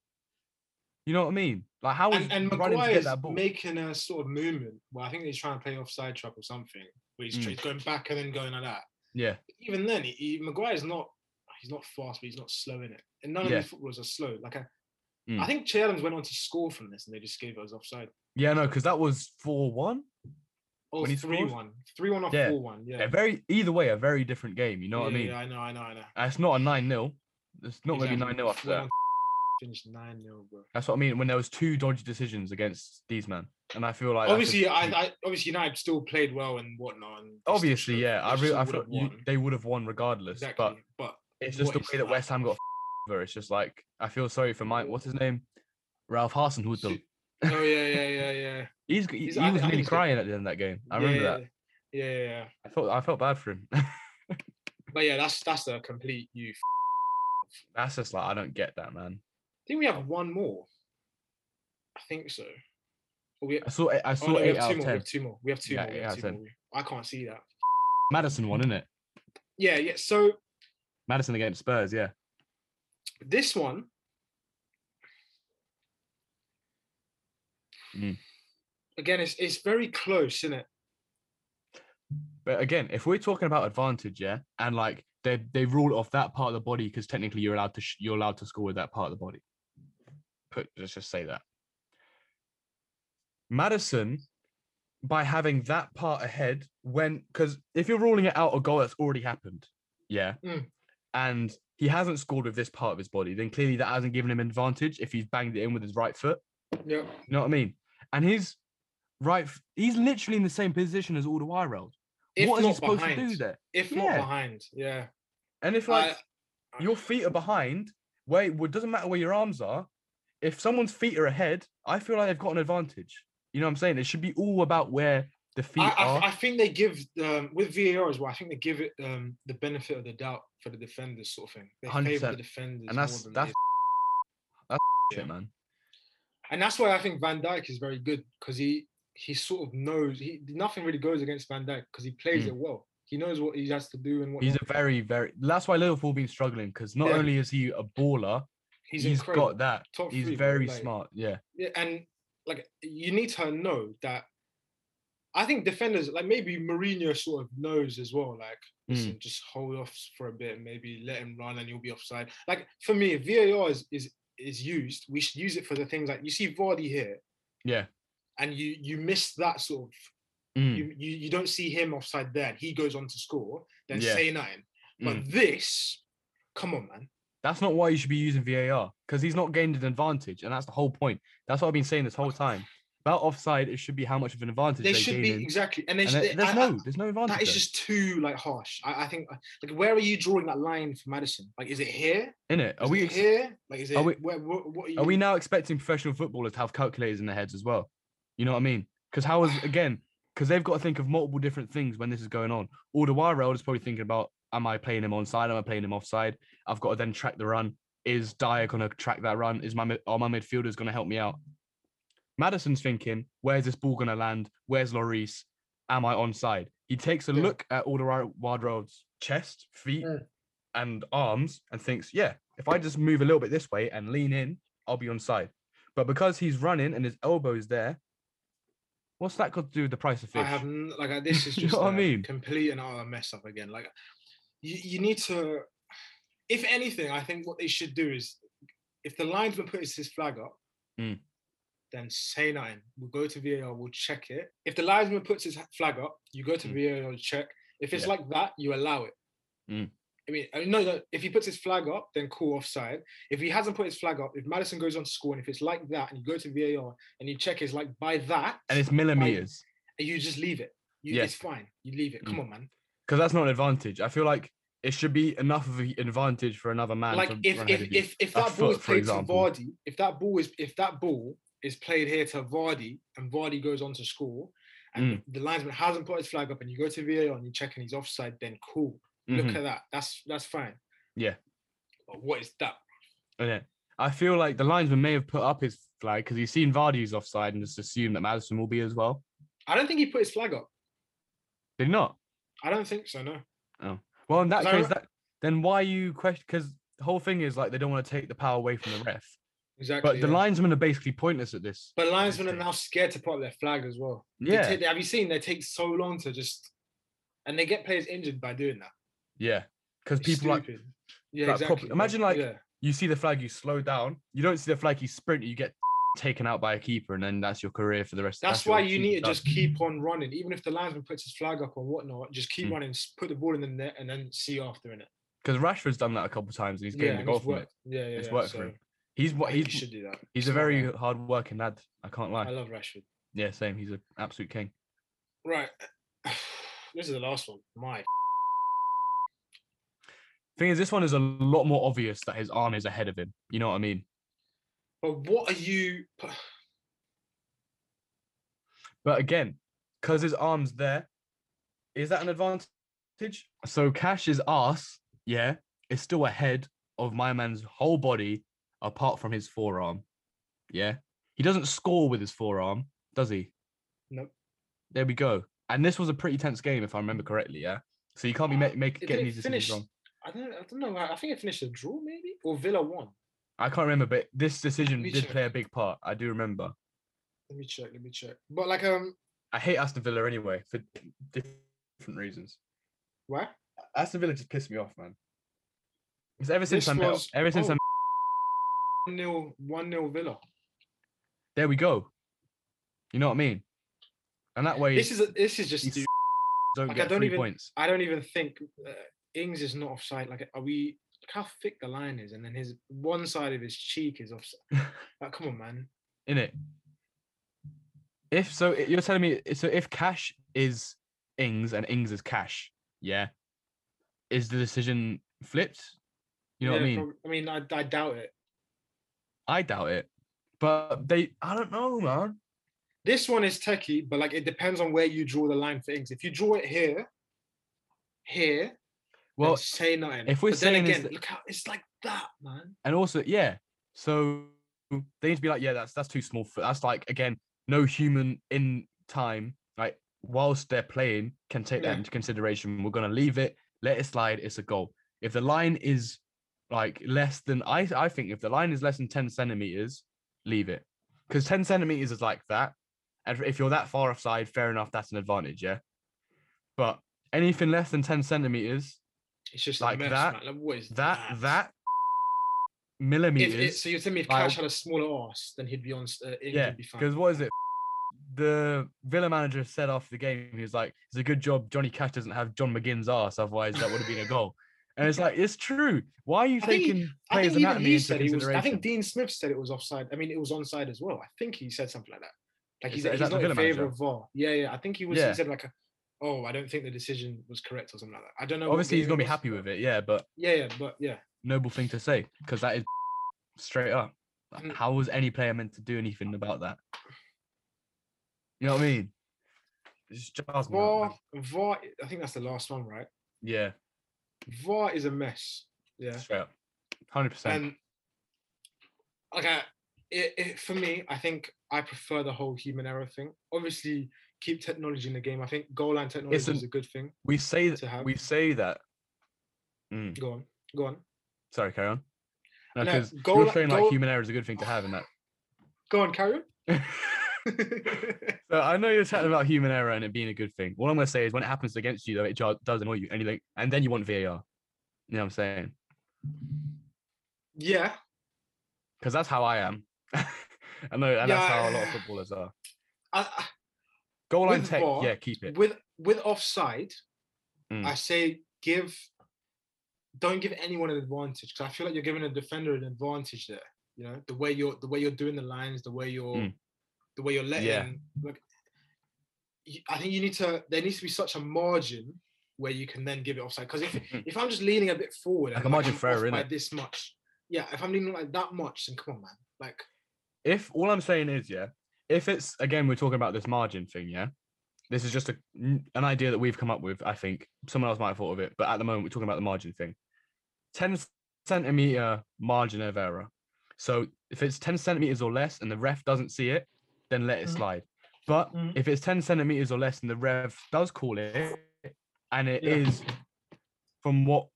A: You know what I mean? Like how is
B: and, and
A: running to
B: Maguire's
A: get that ball?
B: making a sort of movement. Well, I think he's trying to play offside trap or something. Where he's,
A: Mm.
B: he's going back and then going like that.
A: yeah,
B: Even then, he, he, Maguire's not. He's not fast, but he's not slow in it. And none
A: Yeah.
B: of these footballers are slow. Like I,
A: Mm.
B: I think Che Adams went on to score from this, and they just gave us offside.
A: yeah, no, because that was four one.
B: Oh,
A: When he scored?
B: three one, three one or
A: Yeah.
B: four one. Yeah.
A: A very either way, a very different game. You know what
B: Yeah,
A: I mean?
B: Yeah, I know, I know, I know.
A: And It's not a nine 0 It's not going to be nine 0 after that.
B: <laughs> Finished nine 0 bro.
A: That's what I mean. When there was two dodgy decisions against these men, and I feel like that's
B: obviously,
A: just-
B: I, I obviously United still played well and whatnot. And they still
A: obviously,
B: should've-
A: yeah, I
B: they
A: really,
B: still
A: I
B: would've
A: thought you,
B: won.
A: they would have won regardless. But
B: exactly. But
A: it's just
B: what
A: the
B: is
A: way that
B: that?
A: West Ham got over. It's just like I feel sorry for my what's his name, Ralph Hasen
B: Su- oh yeah, yeah, yeah, yeah.
A: He's, he,
B: He's-
A: he
B: I think-
A: was
B: I think
A: nearly
B: he's good.
A: crying at the end of that game. <laughs> I remember
B: yeah,
A: that.
B: Yeah, yeah, yeah.
A: I felt I felt bad for him. <laughs>
B: But yeah, that's that's a complete you. I
A: That's just like I don't get that man.
B: think we have one more. I think so. Or we,
A: I saw eight- I
B: oh,
A: saw
B: no, we
A: eight
B: have
A: out
B: two
A: of
B: more. We
A: ten.
B: have two more. We have two
A: Yeah,
B: more. We
A: eight
B: have
A: out of
B: two more.
A: 10.
B: We- I can't see that.
A: Madison won, isn't it?
B: Yeah, yeah. So
A: Madison against Spurs, yeah.
B: this one.
A: Mm.
B: Again, it's it's very close, isn't it?
A: But again, if we're talking about advantage, yeah, and like they they rule off that part of the body because technically you're allowed to sh- you're allowed to score with that part of the body. Put let's just say that. Madison, by having that part ahead, when because if you're ruling it out a goal that's already happened, yeah,
B: Mm.
A: and he hasn't scored with this part of his body, then clearly that hasn't given him an advantage if he's banged it in with his right foot.
B: Yeah.
A: You know what I mean? And his right, f- he's literally in the same position as Alderweireld.
B: If
A: what is he
B: not
A: supposed
B: behind,
A: to do there?
B: if
A: Yeah.
B: not behind, yeah.
A: And if
B: I-
A: like your feet are behind, where it doesn't matter where your arms are, if someone's feet are ahead, I feel like they've got an advantage. You know what I'm saying? It should be all about where the feet
B: I,
A: are.
B: I, I think they give um, with VAR as well. I think they give it um, the benefit of the doubt for the defenders, sort of thing. They favour
A: 100%.
B: the defenders,
A: and that's
B: more than
A: that's
B: the-
A: <laughs> that's <laughs>
B: yeah.
A: shit, man.
B: and that's why I think Van Dijk is very good because he he sort of knows he nothing really goes against Van Dijk because he plays
A: Mm.
B: it well. He knows what he has to do and what
A: He's a very very. That's why Liverpool been struggling because not
B: Yeah.
A: only is he a baller, he's
B: incredible.
A: got that.
B: Top
A: He's
B: three, bro,
A: very
B: like-
A: smart. Yeah.
B: Yeah, and like you need to know that. I think defenders like maybe Mourinho sort of knows as well. Like,
A: Hmm.
B: listen, just hold off for a bit, and maybe let him run, and you'll be offside. Like for me, if VAR is is is used. We should use it for the things like you see Vardy here,
A: Yeah.
B: and you you miss that sort of
A: Mm,
B: you you, you don't see him offside there. And he goes on to score, then
A: Yeah.
B: say nine. But
A: mm.
B: this, come on, man.
A: That's not why you should be using VAR because he's not gained an advantage, and that's the whole point. That's what I've been saying this whole time about offside. It should be how much of an advantage
B: They
A: they,
B: should
A: gain
B: be
A: in-
B: exactly, and, they,
A: And
B: should-
A: there-
B: they-
A: there's
B: I- I-
A: no, there's no advantage.
B: That is
A: there.
B: just too like harsh. I, I think like where are you drawing that line for Madison? Like, is it here?
A: in it. Are
B: Is
A: we?
B: it
A: ex-
B: here? Like, is it?
A: are we-
B: where, where- what are, you,
A: Are we now expecting professional footballers to have calculators in their heads as well? You know what I mean? Because how is again? because they've got to think of multiple different things when this is going on. All the while, Raul is probably thinking about, am I playing him onside? Am I playing him offside? I've got to then track the run. Is Dyer going to track that run? Is my mid- are my midfielders going to help me out? Madison's thinking, where's this ball going to land? Where's Lloris? Am I onside? He takes a
B: Yeah.
A: look at all the Wardroad's chest, feet,
B: Mm.
A: and arms and thinks, yeah, if I just move a little bit this way and lean in, I'll be onside. But because he's running and his elbow's there, what's that got to do with the price of fish?
B: I have n-
A: <laughs>
B: like uh, this is
A: You know
B: just
A: what I
B: a
A: mean?
B: complete and utter mess up again. Like you, you need to, if anything, I think what they should do is, if the linesman puts his flag up,
A: Mm.
B: then say nothing. We'll go to VAR, we'll check it. If the linesman puts his flag up, you go to
A: Mm.
B: VAR and check. If it's
A: Yeah.
B: like that, you allow it.
A: Mm.
B: I mean, I mean, no, no. If he puts his flag up, then call offside. If he hasn't put his flag up, if Madison goes on to score, and if it's like that, and you go to VAR and you check, it's like by that,
A: and it's millimeters
B: and you just leave it. You,
A: Yeah.
B: It's fine. You leave it. Come
A: Mm.
B: on, man.
A: because that's not an advantage. I feel like it should be enough of an advantage for another man.
B: like
A: to
B: if
A: run ahead
B: if,
A: of you.
B: if if
A: A
B: that ball is
A: foot, for
B: played to
A: example.
B: Vardy, if that ball is if that ball is played here to Vardy and Vardy goes on to score, and
A: Mm.
B: the linesman hasn't put his flag up, and you go to VAR and you check and he's offside, then cool.
A: Mhm.
B: Look at that. That's that's fine.
A: Yeah.
B: But what is that?
A: Yeah. I feel like the linesman may have put up his flag because he's seen Vardy's offside and just assumed that Madison will be as well.
B: I don't think he put his flag up.
A: Did he not?
B: I don't think so. No.
A: Well, in that
B: So-
A: case, that then why you question? Because the whole thing is like they don't want to take the power away from the ref,
B: Exactly.
A: but the
B: yeah.
A: linesmen are basically pointless at this.
B: But linesmen are
A: stage.
B: now scared to put up their flag as well. They
A: Yeah,
B: take- have you seen they take so long to just, and they get players injured by doing that.
A: yeah, because
B: It's
A: people like
B: stupid. yeah,
A: like, proper- imagine, like,
B: yeah.
A: you see the flag, you slow down. You don't see the flag, you sprint, you get <laughs> taken out by a keeper, and then that's your career for the rest.
B: That's
A: your
B: why you
A: season
B: need to
A: done.
B: just keep on running, even if the linesman puts his flag up or whatnot. Just keep
A: Mm.
B: running, s- put the ball in the net, and then see after in it.
A: because Rashford's done that a couple times and he's getting
B: yeah,
A: the
B: and
A: goal
B: it's
A: from it.
B: worked. Yeah, yeah,
A: It's
B: yeah.
A: worked for
B: so
A: him. He's
B: I
A: what
B: think
A: he's
B: you should do that.
A: he's a
B: Smart
A: very
B: man.
A: hard working lad. I can't
B: I
A: lie.
B: love Rashford.
A: Yeah, same. He's an absolute king.
B: Right, <sighs> this is the last one. My
A: Thing is, this one is a lot more obvious that his arm is ahead of him. You know what I mean?
B: but what are you? <sighs>
A: But again, because his arm's there, is that an advantage? So Cash's ass, yeah, is still ahead of my man's whole body apart from his forearm. Yeah. He doesn't score with his forearm, does he?
B: Nope.
A: There we go. And this was a pretty tense game, if I remember correctly, yeah? So you can't be ma- make,
B: Did
A: getting
B: Uh, it
A: these
B: finish-
A: decisions wrong.
B: I don't. I don't know. I I think it finished a draw, maybe, or Villa won.
A: I can't remember, but this decision
B: me
A: did
B: check.
A: play a big part. I do remember.
B: Let me check. Let me check. But like, um,
A: I hate Aston Villa anyway for different reasons.
B: where?
A: Aston Villa just pissed me off, man. Because ever since
B: This
A: I met,
B: was-
A: ever since
B: oh.
A: I met,
B: One nil. One nil. Villa.
A: there we go. You know what I mean? And that way,
B: This is. A, this is just.
A: He's
B: stupid.
A: don't
B: like, I
A: get
B: don't
A: three
B: even-
A: points.
B: I don't even think uh, Ings is not offside. Like, are we? look How thick the line is, and then his one side of his cheek is
A: <laughs>
B: offside. like, come on, man.
A: in it. If so, i- you're telling me so if Cash is Ings and Ings is Cash, yeah, is the decision flipped? You know what I mean?
B: prob- I mean, I, I doubt it.
A: I doubt it, but they, I don't know, man.
B: This one is techie, but like, it depends on where you draw the line for Ings. If you draw it here, here, well,
A: Well,
B: say nothing.
A: if we're
B: But then
A: saying is
B: again,
A: that-
B: look how it's like that, man.
A: and also yeah so they need to be like yeah that's that's too small for that's like again no human in time like whilst they're playing can take
B: Yeah.
A: that into consideration we're going to leave it let it slide it's a goal if the line is like less than i i think if the line is less than 10 centimeters leave it because 10 centimeters is like that and if you're that far offside fair enough that's an advantage yeah but anything less than 10 centimeters
B: It's just
A: Like
B: a mess,
A: that-
B: Man. Like, what is
A: that that millimeters
B: If it, so you're telling me if
A: like-
B: Cash had a smaller ass, then he'd be on. s- Uh, Ings
A: Yeah,
B: would be fine.
A: Because what is it? The Villa manager said after the game, he was like, "It's a good job Johnny Cash doesn't have John McGinn's ass, otherwise that would have been a goal." And it's like, it's true. Why are you
B: I think he-
A: taking
B: I
A: players'
B: think even
A: anatomy
B: he
A: into
B: said he was.
A: consideration?
B: I think Dean Smith said it was offside. I mean, it was onside as well. I think he said something like that. Like
A: Is
B: he's,
A: that- is
B: he's
A: that the
B: not in
A: Villa
B: favor
A: manager?
B: of VAR. Yeah, yeah. I think he was.
A: Yeah.
B: He said like, a, "Oh, I don't think the decision was correct" or something like that. I don't know. what
A: Obviously, he's
B: game
A: gonna be
B: was,
A: happy
B: but-
A: with it, yeah. But
B: Yeah, yeah, but yeah.
A: noble thing to say because that is straight up. Like,
B: Mm.
A: How was any player meant to do anything about that? You know what I mean? It's Charles
B: VAR, VAR, I think that's the last one, right?
A: Yeah,
B: VAR is a mess. Yeah.
A: straight up, hundred percent.
B: And okay, it, it, for me, I think I prefer the whole human error thing. Obviously, keep technology in the game. I think goal line technology is
A: Isn't-
B: a good thing
A: We say
B: to
A: that.
B: have.
A: We say that. Mm,
B: Go on, go on,
A: sorry, carry on. No,
B: No,
A: because
B: goal-
A: you're saying
B: goal-
A: like human error is a good thing to have in that.
B: <laughs>
A: <laughs>
B: go on. Carry on.
A: So I know you're talking about human error and it being a good thing. All I'm gonna say is when it happens against you, though, it jar- does annoy you, and you like, and then you want VAR. You know what I'm saying?
B: yeah,
A: Because that's how I am. <laughs> I know, and that's how a lot
B: <sighs>
A: of
B: Yeah.
A: footballers are.
B: I, I-
A: Goal line
B: With
A: tech,
B: VAR,
A: yeah, keep it.
B: with with offside,
A: Mm.
B: I say give. Don't give anyone an advantage because I feel like you're giving a defender an advantage there. You know the way you're the way you're doing the lines, the way you're
A: Mm.
B: the way you're letting.
A: Yeah.
B: Like, you- I think you need to. There needs to be such a margin where you can then give it offside.
A: <laughs>
B: Because if
A: Mm.
B: if I'm just leaning a bit forward,
A: Like
B: and
A: a margin
B: I'm
A: for error,
B: off by
A: innit?
B: this much, yeah. If I'm leaning like that much, then come on, man. Like,
A: if all I'm saying is, yeah, if it's again, we're talking about this margin thing, yeah. This is just a, n- an idea that we've come up with. I think someone else might have thought of it, but at the moment, we're talking about the margin thing. Ten centimeter margin of error. So if it's ten centimeters or less, and the ref doesn't see it, then let it
B: Mhm.
A: slide. But
B: Mhm.
A: if it's ten centimeters or less, and the ref does call it, and it
B: Yeah.
A: is from what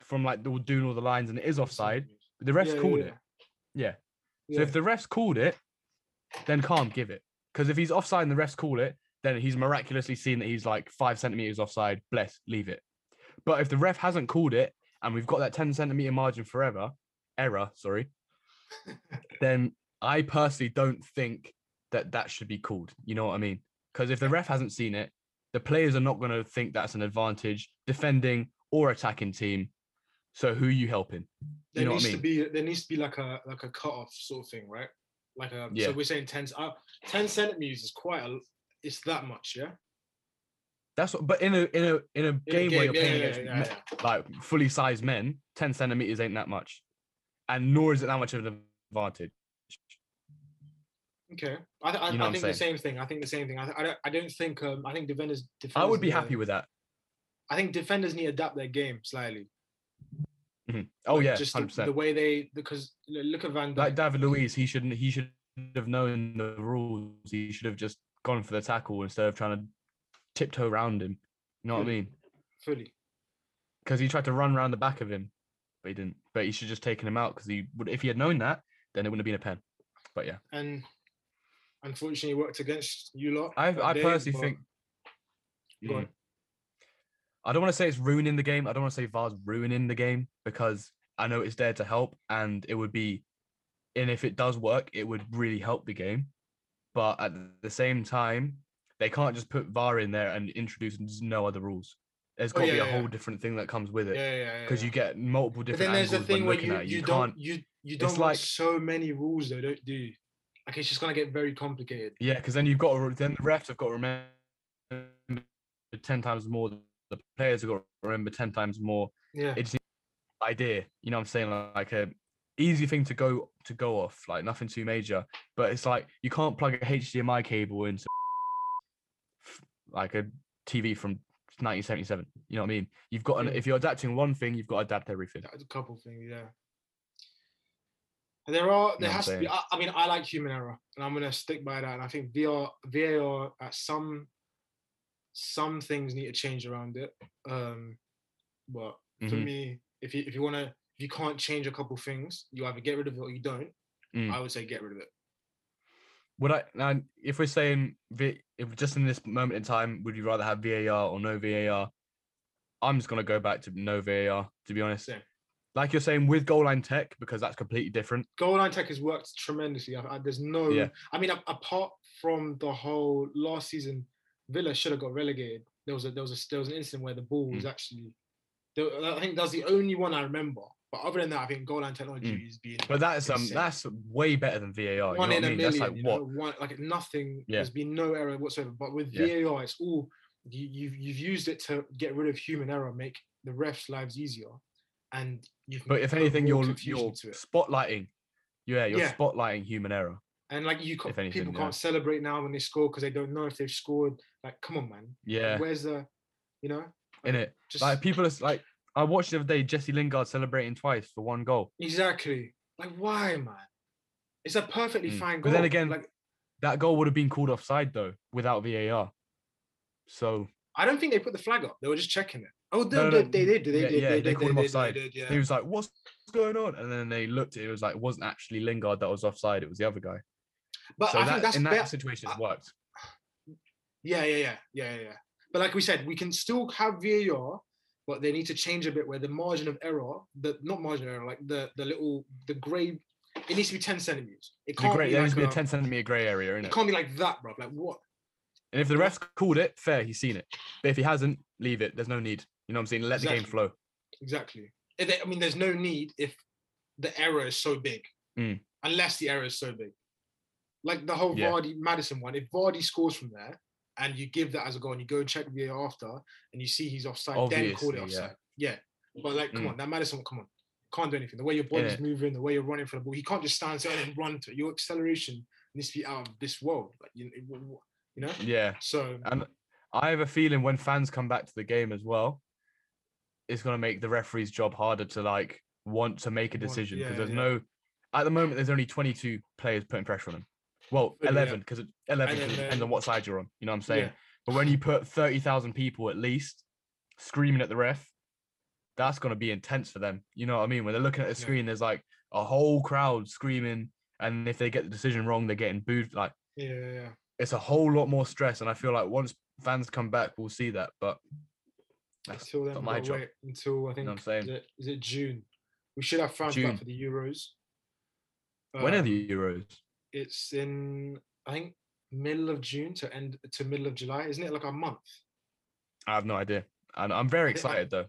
A: from like the doing all the lines, and it is offside, the refs
B: Yeah,
A: called
B: yeah,
A: it. Yeah. So
B: yeah.
A: if the refs called it, then can't give it. Because if he's offside and the refs call it, then he's miraculously seen that he's like five centimeters offside. Bless, leave it. But if the ref hasn't called it and we've got that 10 centimeter margin forever, error,
B: <laughs>
A: sorry, then I personally don't think that that should be called. You know what I mean? Because if the ref hasn't seen it, the players are not going to think that's an advantage defending or attacking team. So who you helping?
B: there
A: know what I
B: needs
A: mean?
B: to be there needs to be like a like a cut off sort of thing, right? Like a
A: Yeah.
B: so we're saying 10, uh, 10 centimeters is quite a it's that much, yeah.
A: That's what, but in a in a in a game,
B: In a
A: where you're
B: yeah,
A: playing
B: yeah,
A: against
B: yeah,
A: me-
B: yeah.
A: like fully sized men, 10 centimeters ain't that much. And nor is it that much of an advantage.
B: Okay, I, th- I,
A: You know what
B: I
A: I'm
B: think the same thing. I think the same thing. I, th- I don't. I don't think. Um, I think defenders. defenders
A: I would be
B: need to-
A: happy with that.
B: I think defenders need to adapt their game slightly.
A: Oh
B: Like,
A: yeah,
B: just
A: hundred
B: the, the
A: percent.
B: way they because l- look at Van Dijk.
A: Like David Luiz, he shouldn't. He should have known the rules. He should have just gone for the tackle instead of trying to tiptoe around him. You know what I
B: Yeah.
A: mean?
B: fully.
A: Because he tried to run around the back of him, but he didn't. But he should have just taken him out because he would. If he had known that, then it wouldn't have been a pen. But yeah,
B: and unfortunately worked against you lot.
A: I
B: that
A: I
B: day,
A: personally
B: but
A: think.
B: Go
A: Mm.
B: on.
A: I don't want to say it's ruining the game. I don't want to say VAR's ruining the game because I know it's there to help and it would be, and if it does work, it would really help the game. But at the same time, they can't just put VAR in there and introduce no other rules. There's
B: Oh,
A: got to
B: yeah,
A: be a
B: yeah,
A: whole
B: yeah.
A: different thing that comes with
B: yeah,
A: it
B: yeah, yeah.
A: because
B: yeah.
A: you get multiple
B: But
A: different
B: then there's
A: angles
B: the thing
A: when
B: where
A: looking
B: you,
A: at it.
B: you,
A: You,
B: don't
A: can't.
B: you you don't want
A: like-
B: so many rules though, don't do. you? Like it's just gonna get very complicated.
A: Yeah, because then you've got to, re- then the refs have got to remember ten times more. The players have got to remember ten times more.
B: Yeah.
A: it- idea. You know what I'm saying? Like a easy thing to go to go off, like nothing too major. But it's like you can't plug a HDMI cable into like a TV from 1977. You know what I mean? You've got an,
B: Yeah.
A: if you're adapting one thing, you've got to adapt everything.
B: That's a couple things, yeah. There are
A: know what
B: there
A: I'm
B: has to be.
A: saying?
B: I, I mean, I like human error, and I'm gonna stick by that. And I think VR VAR at uh, some some things need to change around it. Um, but for
A: Mhm.
B: me, if you if you wanna if you can't change a couple things, you either get rid of it or you don't.
A: Mm.
B: I would say get rid of it.
A: Would I now if we're saying V- if just in this moment in time, would you rather have VAR or no VAR? I'm just gonna go back to no VAR to be honest.
B: Same.
A: Like you're saying with goal line tech because that's completely different.
B: Goal line tech has worked tremendously. I, I- there's no,
A: Yeah.
B: I mean, a- apart from the whole last season, Villa should have got relegated. There was a there was a there was an incident where the ball
A: Mm.
B: was actually. There, I think that's the only one I remember. But other than that, I think goal line technology is being
A: But that's um
B: Insane.
A: that's way better than VAR. You know
B: one
A: what I
B: in a
A: mean?
B: million.
A: that's like
B: you
A: what
B: know, one, like nothing.
A: Yeah.
B: There's been no error whatsoever. But with
A: Yeah.
B: VAR, it's all you, you've you've used it to get rid of human error, make the refs' lives easier, and you.
A: But if anything, you're
B: confused
A: you're spotlighting. Yeah, you're
B: Yeah.
A: spotlighting human error.
B: And like you, can't,
A: If anything,
B: people
A: yeah.
B: can't celebrate now when they score because they don't know if they've scored. Like, come on, man.
A: Yeah,
B: Where's the, you know,
A: in it.
B: just
A: Like people are s- like, I watched the other day Jesse Lingard celebrating twice for one goal.
B: exactly like why, man? It's a perfectly
A: Mm.
B: fine goal.
A: But then again-
B: like
A: That goal would have been called offside though without VAR. So
B: I don't think they put the flag up. They were just checking it. Oh, they,
A: No, no,
B: they, they did. They,
A: yeah,
B: did,
A: yeah,
B: they,
A: they
B: did,
A: called him
B: did,
A: offside.
B: did, yeah.
A: he was like, "What's going on?" And then they looked at it. It was like, it wasn't actually Lingard that was offside. It was the other guy.
B: But
A: so
B: I
A: that,
B: think that's
A: in that
B: better.
A: situation, it's
B: I-
A: worked.
B: Yeah, yeah, yeah, yeah, yeah, yeah. But like we said, we can still have VAR, but they need to change a bit where the margin of error, the not margin of error, like the the little the grade, it needs to be ten centimeters. It
A: The
B: can't
A: grey,
B: be
A: there
B: like
A: needs to be a
B: a-
A: 10 centimeter grey area in
B: It
A: it.
B: can't be like that, bro. Like what?
A: And if the ref's called it, fair, he's seen it. But if he hasn't, leave it. There's no need. You know what I'm saying? Let the game
B: Exactly.
A: flow.
B: Exactly. If they- I mean, there's no need if the error is so big,
A: Mm.
B: unless the error is so big. Like the whole
A: Yeah.
B: Vardy Madison one. If Vardy scores from there and you give that as a goal and you go and check VAR after and you see he's offside, then
A: Obviously,
B: call it
A: yeah.
B: offside. Yeah. But like, come
A: Mm.
B: on, that Madison, come on. Can't do anything. The way your body's
A: Innit?
B: moving, the way you're running for the ball, he can't just stand still and run to it. Your acceleration needs to be out of this world. Like you, you know?
A: Yeah.
B: So
A: And I have a feeling when fans come back to the game as well, it's going to make the referee's job harder to like want to make a
B: Want-
A: decision because
B: yeah,
A: there's
B: yeah.
A: no, at the moment, there's only 22 players putting pressure on him. Well,
B: Yeah.
A: 11 because 11
B: And
A: 'cause it
B: then,
A: depends on
B: um,
A: what side you're on. You know what I'm saying?
B: yeah.
A: But when you put 30,000 people at least screaming at the ref, that's going to be intense for them. You know what I mean? When they're looking at the
B: Yeah.
A: screen, there's like a whole crowd screaming. And if they get the decision wrong, they're getting booed. Like
B: yeah, yeah, yeah.
A: it's a whole lot more stress. And I feel like once fans come back, we'll see that. But that's
B: until then,
A: not
B: we
A: my
B: gotta
A: job.
B: wait until I
A: you
B: think
A: know what I'm saying?
B: Is it, is it June? We should have France
A: June.
B: back for the Euros.
A: when are
B: Um,
A: the Euros?
B: It's in I think middle of June to end to middle of July, isn't it? Like a month.
A: I have no idea. And I'm very
B: I think I-
A: excited though.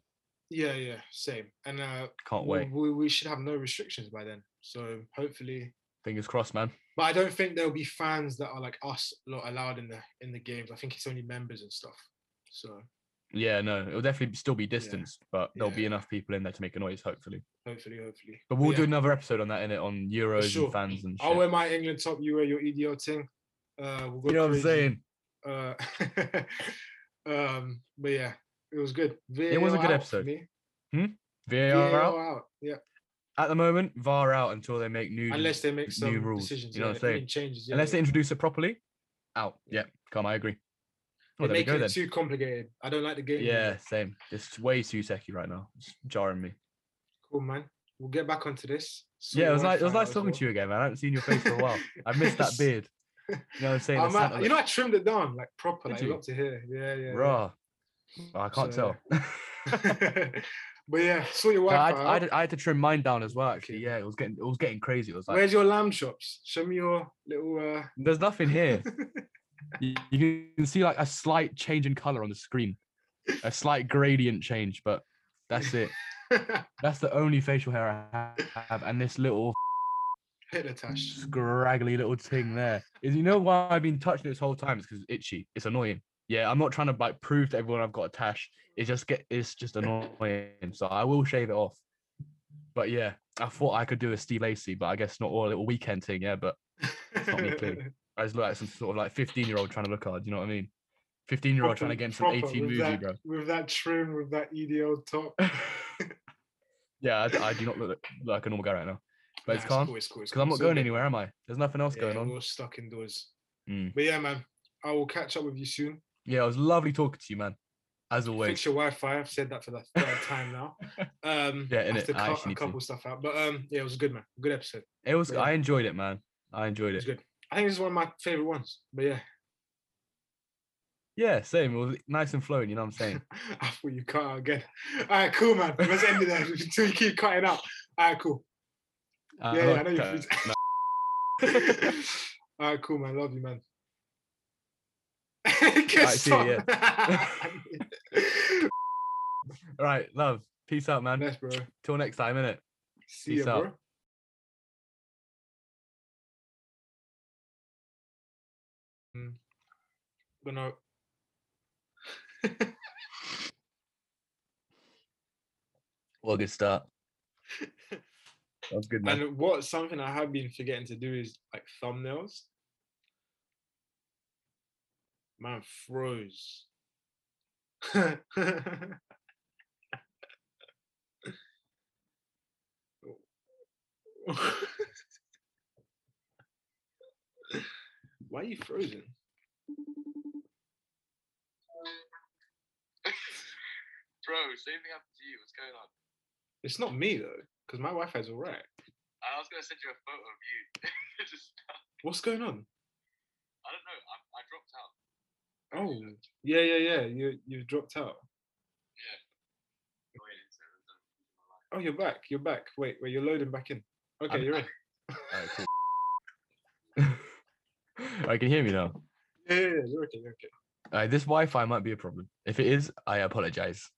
B: Yeah, yeah, same. And uh,
A: Can't wait.
B: We, we should have no restrictions by then. So hopefully,
A: Fingers crossed, man.
B: but I don't think there'll be fans that are like us not allowed in the in the games. I think it's only members and stuff. So
A: Yeah, no, it'll definitely still be distance, but there'll be
B: Yeah.
A: enough people in there to make a noise, hopefully.
B: hopefully, hopefully.
A: But we'll
B: yeah,
A: do another episode on that in it on Euros
B: sure.
A: and fans and shit.
B: I'll wear my England top. You wear your E EDL thing. Uh, we'll go
A: you know what I'm
B: crazy.
A: saying?
B: Uh, <laughs> um, but yeah, it was good.
A: was a good
B: VAR out for
A: episode.
B: me.
A: VAR,
B: VAR
A: out.
B: out, Yeah,
A: At the moment, VAR out until they make new
B: unless they make
A: new
B: some
A: rules,
B: decisions.
A: you know
B: yeah,
A: what I'm
B: any Changes. Yeah,
A: unless they
B: yeah.
A: introduce it properly. Out. Yeah, come. I agree. Oh,
B: They're
A: there we
B: making
A: go
B: it
A: then.
B: too complicated. I don't like the game.
A: Yeah, same. It's way too techy right now. It's jarring me.
B: Cool man. We'll get back onto this.
A: yeah, it was nice. It was nice talking to you again, man. I haven't seen your face for a
B: <laughs>
A: while. I missed that
B: Yes.
A: beard. You know what I'm saying?
B: I
A: The
B: might-
A: Santa
B: you
A: <laughs>
B: know,
A: look.
B: I trimmed it down like proper,
A: Did
B: like you?
A: you?
B: up to here. Yeah, yeah. yeah.
A: raw. Oh, I can't
B: So,
A: tell.
B: <laughs> but yeah, saw your
A: No,
B: wife.
A: I, had- I, had, I had to trim mine down as well.
B: Okay.
A: Actually, yeah, it was getting it was getting crazy. It was like
B: Where's your lamb chops? Show me your little. <laughs>
A: there's nothing here.
B: uh
A: you you can see like a slight change in color on the screen, a slight gradient change, but that's it. That's the only facial hair I ha- have, and this little
B: Hitler tash.
A: scraggly little thing there. Is you know why I've been touching it this whole time? It's because it's itchy. It's annoying. Yeah, I'm not trying to like prove to everyone I've got a tash. It's just get it's just annoying. So I will shave it off. But yeah, I thought I could do a Steve Lacey, but I guess not all a little weekend thing. Yeah, but not me,
B: <laughs>
A: clearly. I just look like some sort of like 15 year old trying to look hard. You know what I mean? 15 year old trying to
B: Proper-
A: get into an
B: proper
A: 18
B: with
A: movie,
B: that,
A: bro.
B: <laughs> With that trim, with that EDL top.
A: Yeah, I, I do not look like a normal guy right now. But it's
B: Nah,
A: calm
B: cool, it's cool, it's
A: because I'm
B: cool.
A: not
B: It's all
A: going
B: good.
A: anywhere, am I? There's nothing else
B: Yeah,
A: going on.
B: We're all stuck indoors.
A: Mm.
B: But yeah, man, I will catch up with you soon.
A: Yeah, it was lovely talking to you, man. As always.
B: Fix your Wi-Fi. I've said that for the
A: <laughs>
B: third time now. Um,
A: Yeah,
B: I have
A: innit?
B: to
A: I
B: cut
A: actually
B: a
A: need to.
B: couple stuff out, but um, yeah, it was a good man. Good episode.
A: It was.
B: Yeah.
A: I enjoyed it, man. I enjoyed
B: It was
A: it.
B: good. I think this is one of my favorite ones. But yeah, <laughs>
A: Yeah, same. It was nice and flowing. You know what I'm
B: <laughs>
A: saying?
B: I thought you cut out again. All right, cool, man. Let's end it there <laughs> until you keep cutting out. All right, cool.
A: Uh,
B: Yeah, yeah, I know
A: okay.
B: you. freeze- <laughs> All right, cool, man. Love you, man. Good
A: Alright, see ya, <laughs>
B: song. <laughs>
A: All right, love. Peace out, man.
B: Nice, bro.
A: Till next time, innit?
B: See
A: Peace
B: ya,
A: out.
B: bro. Mm. But no. <laughs>
A: Well, good start. That's good, man.
B: And what something I have been forgetting to do is like thumbnails. Man froze. <laughs> what Why are you frozen?
C: <laughs> Bro, same thing happened to you. What's going on?
B: It's not me though, because my Wi-Fi's all right.
C: I was gonna send you a photo of you. <laughs> Just,
B: What's going on?
C: I don't know. I, I dropped out.
B: Oh, yeah, yeah, yeah. You you dropped out.
C: Wait, so I don't think my life-
B: Oh, you're back. You're back. Wait, wait. You're loading back in. Okay,
A: I'm-
B: you're in.
A: Alright, cool. <laughs> I can you hear me now.
B: Yeah, yeah, yeah, you're okay. You're okay.
A: Alright, this Wi-Fi might be a problem. If it is, I apologize.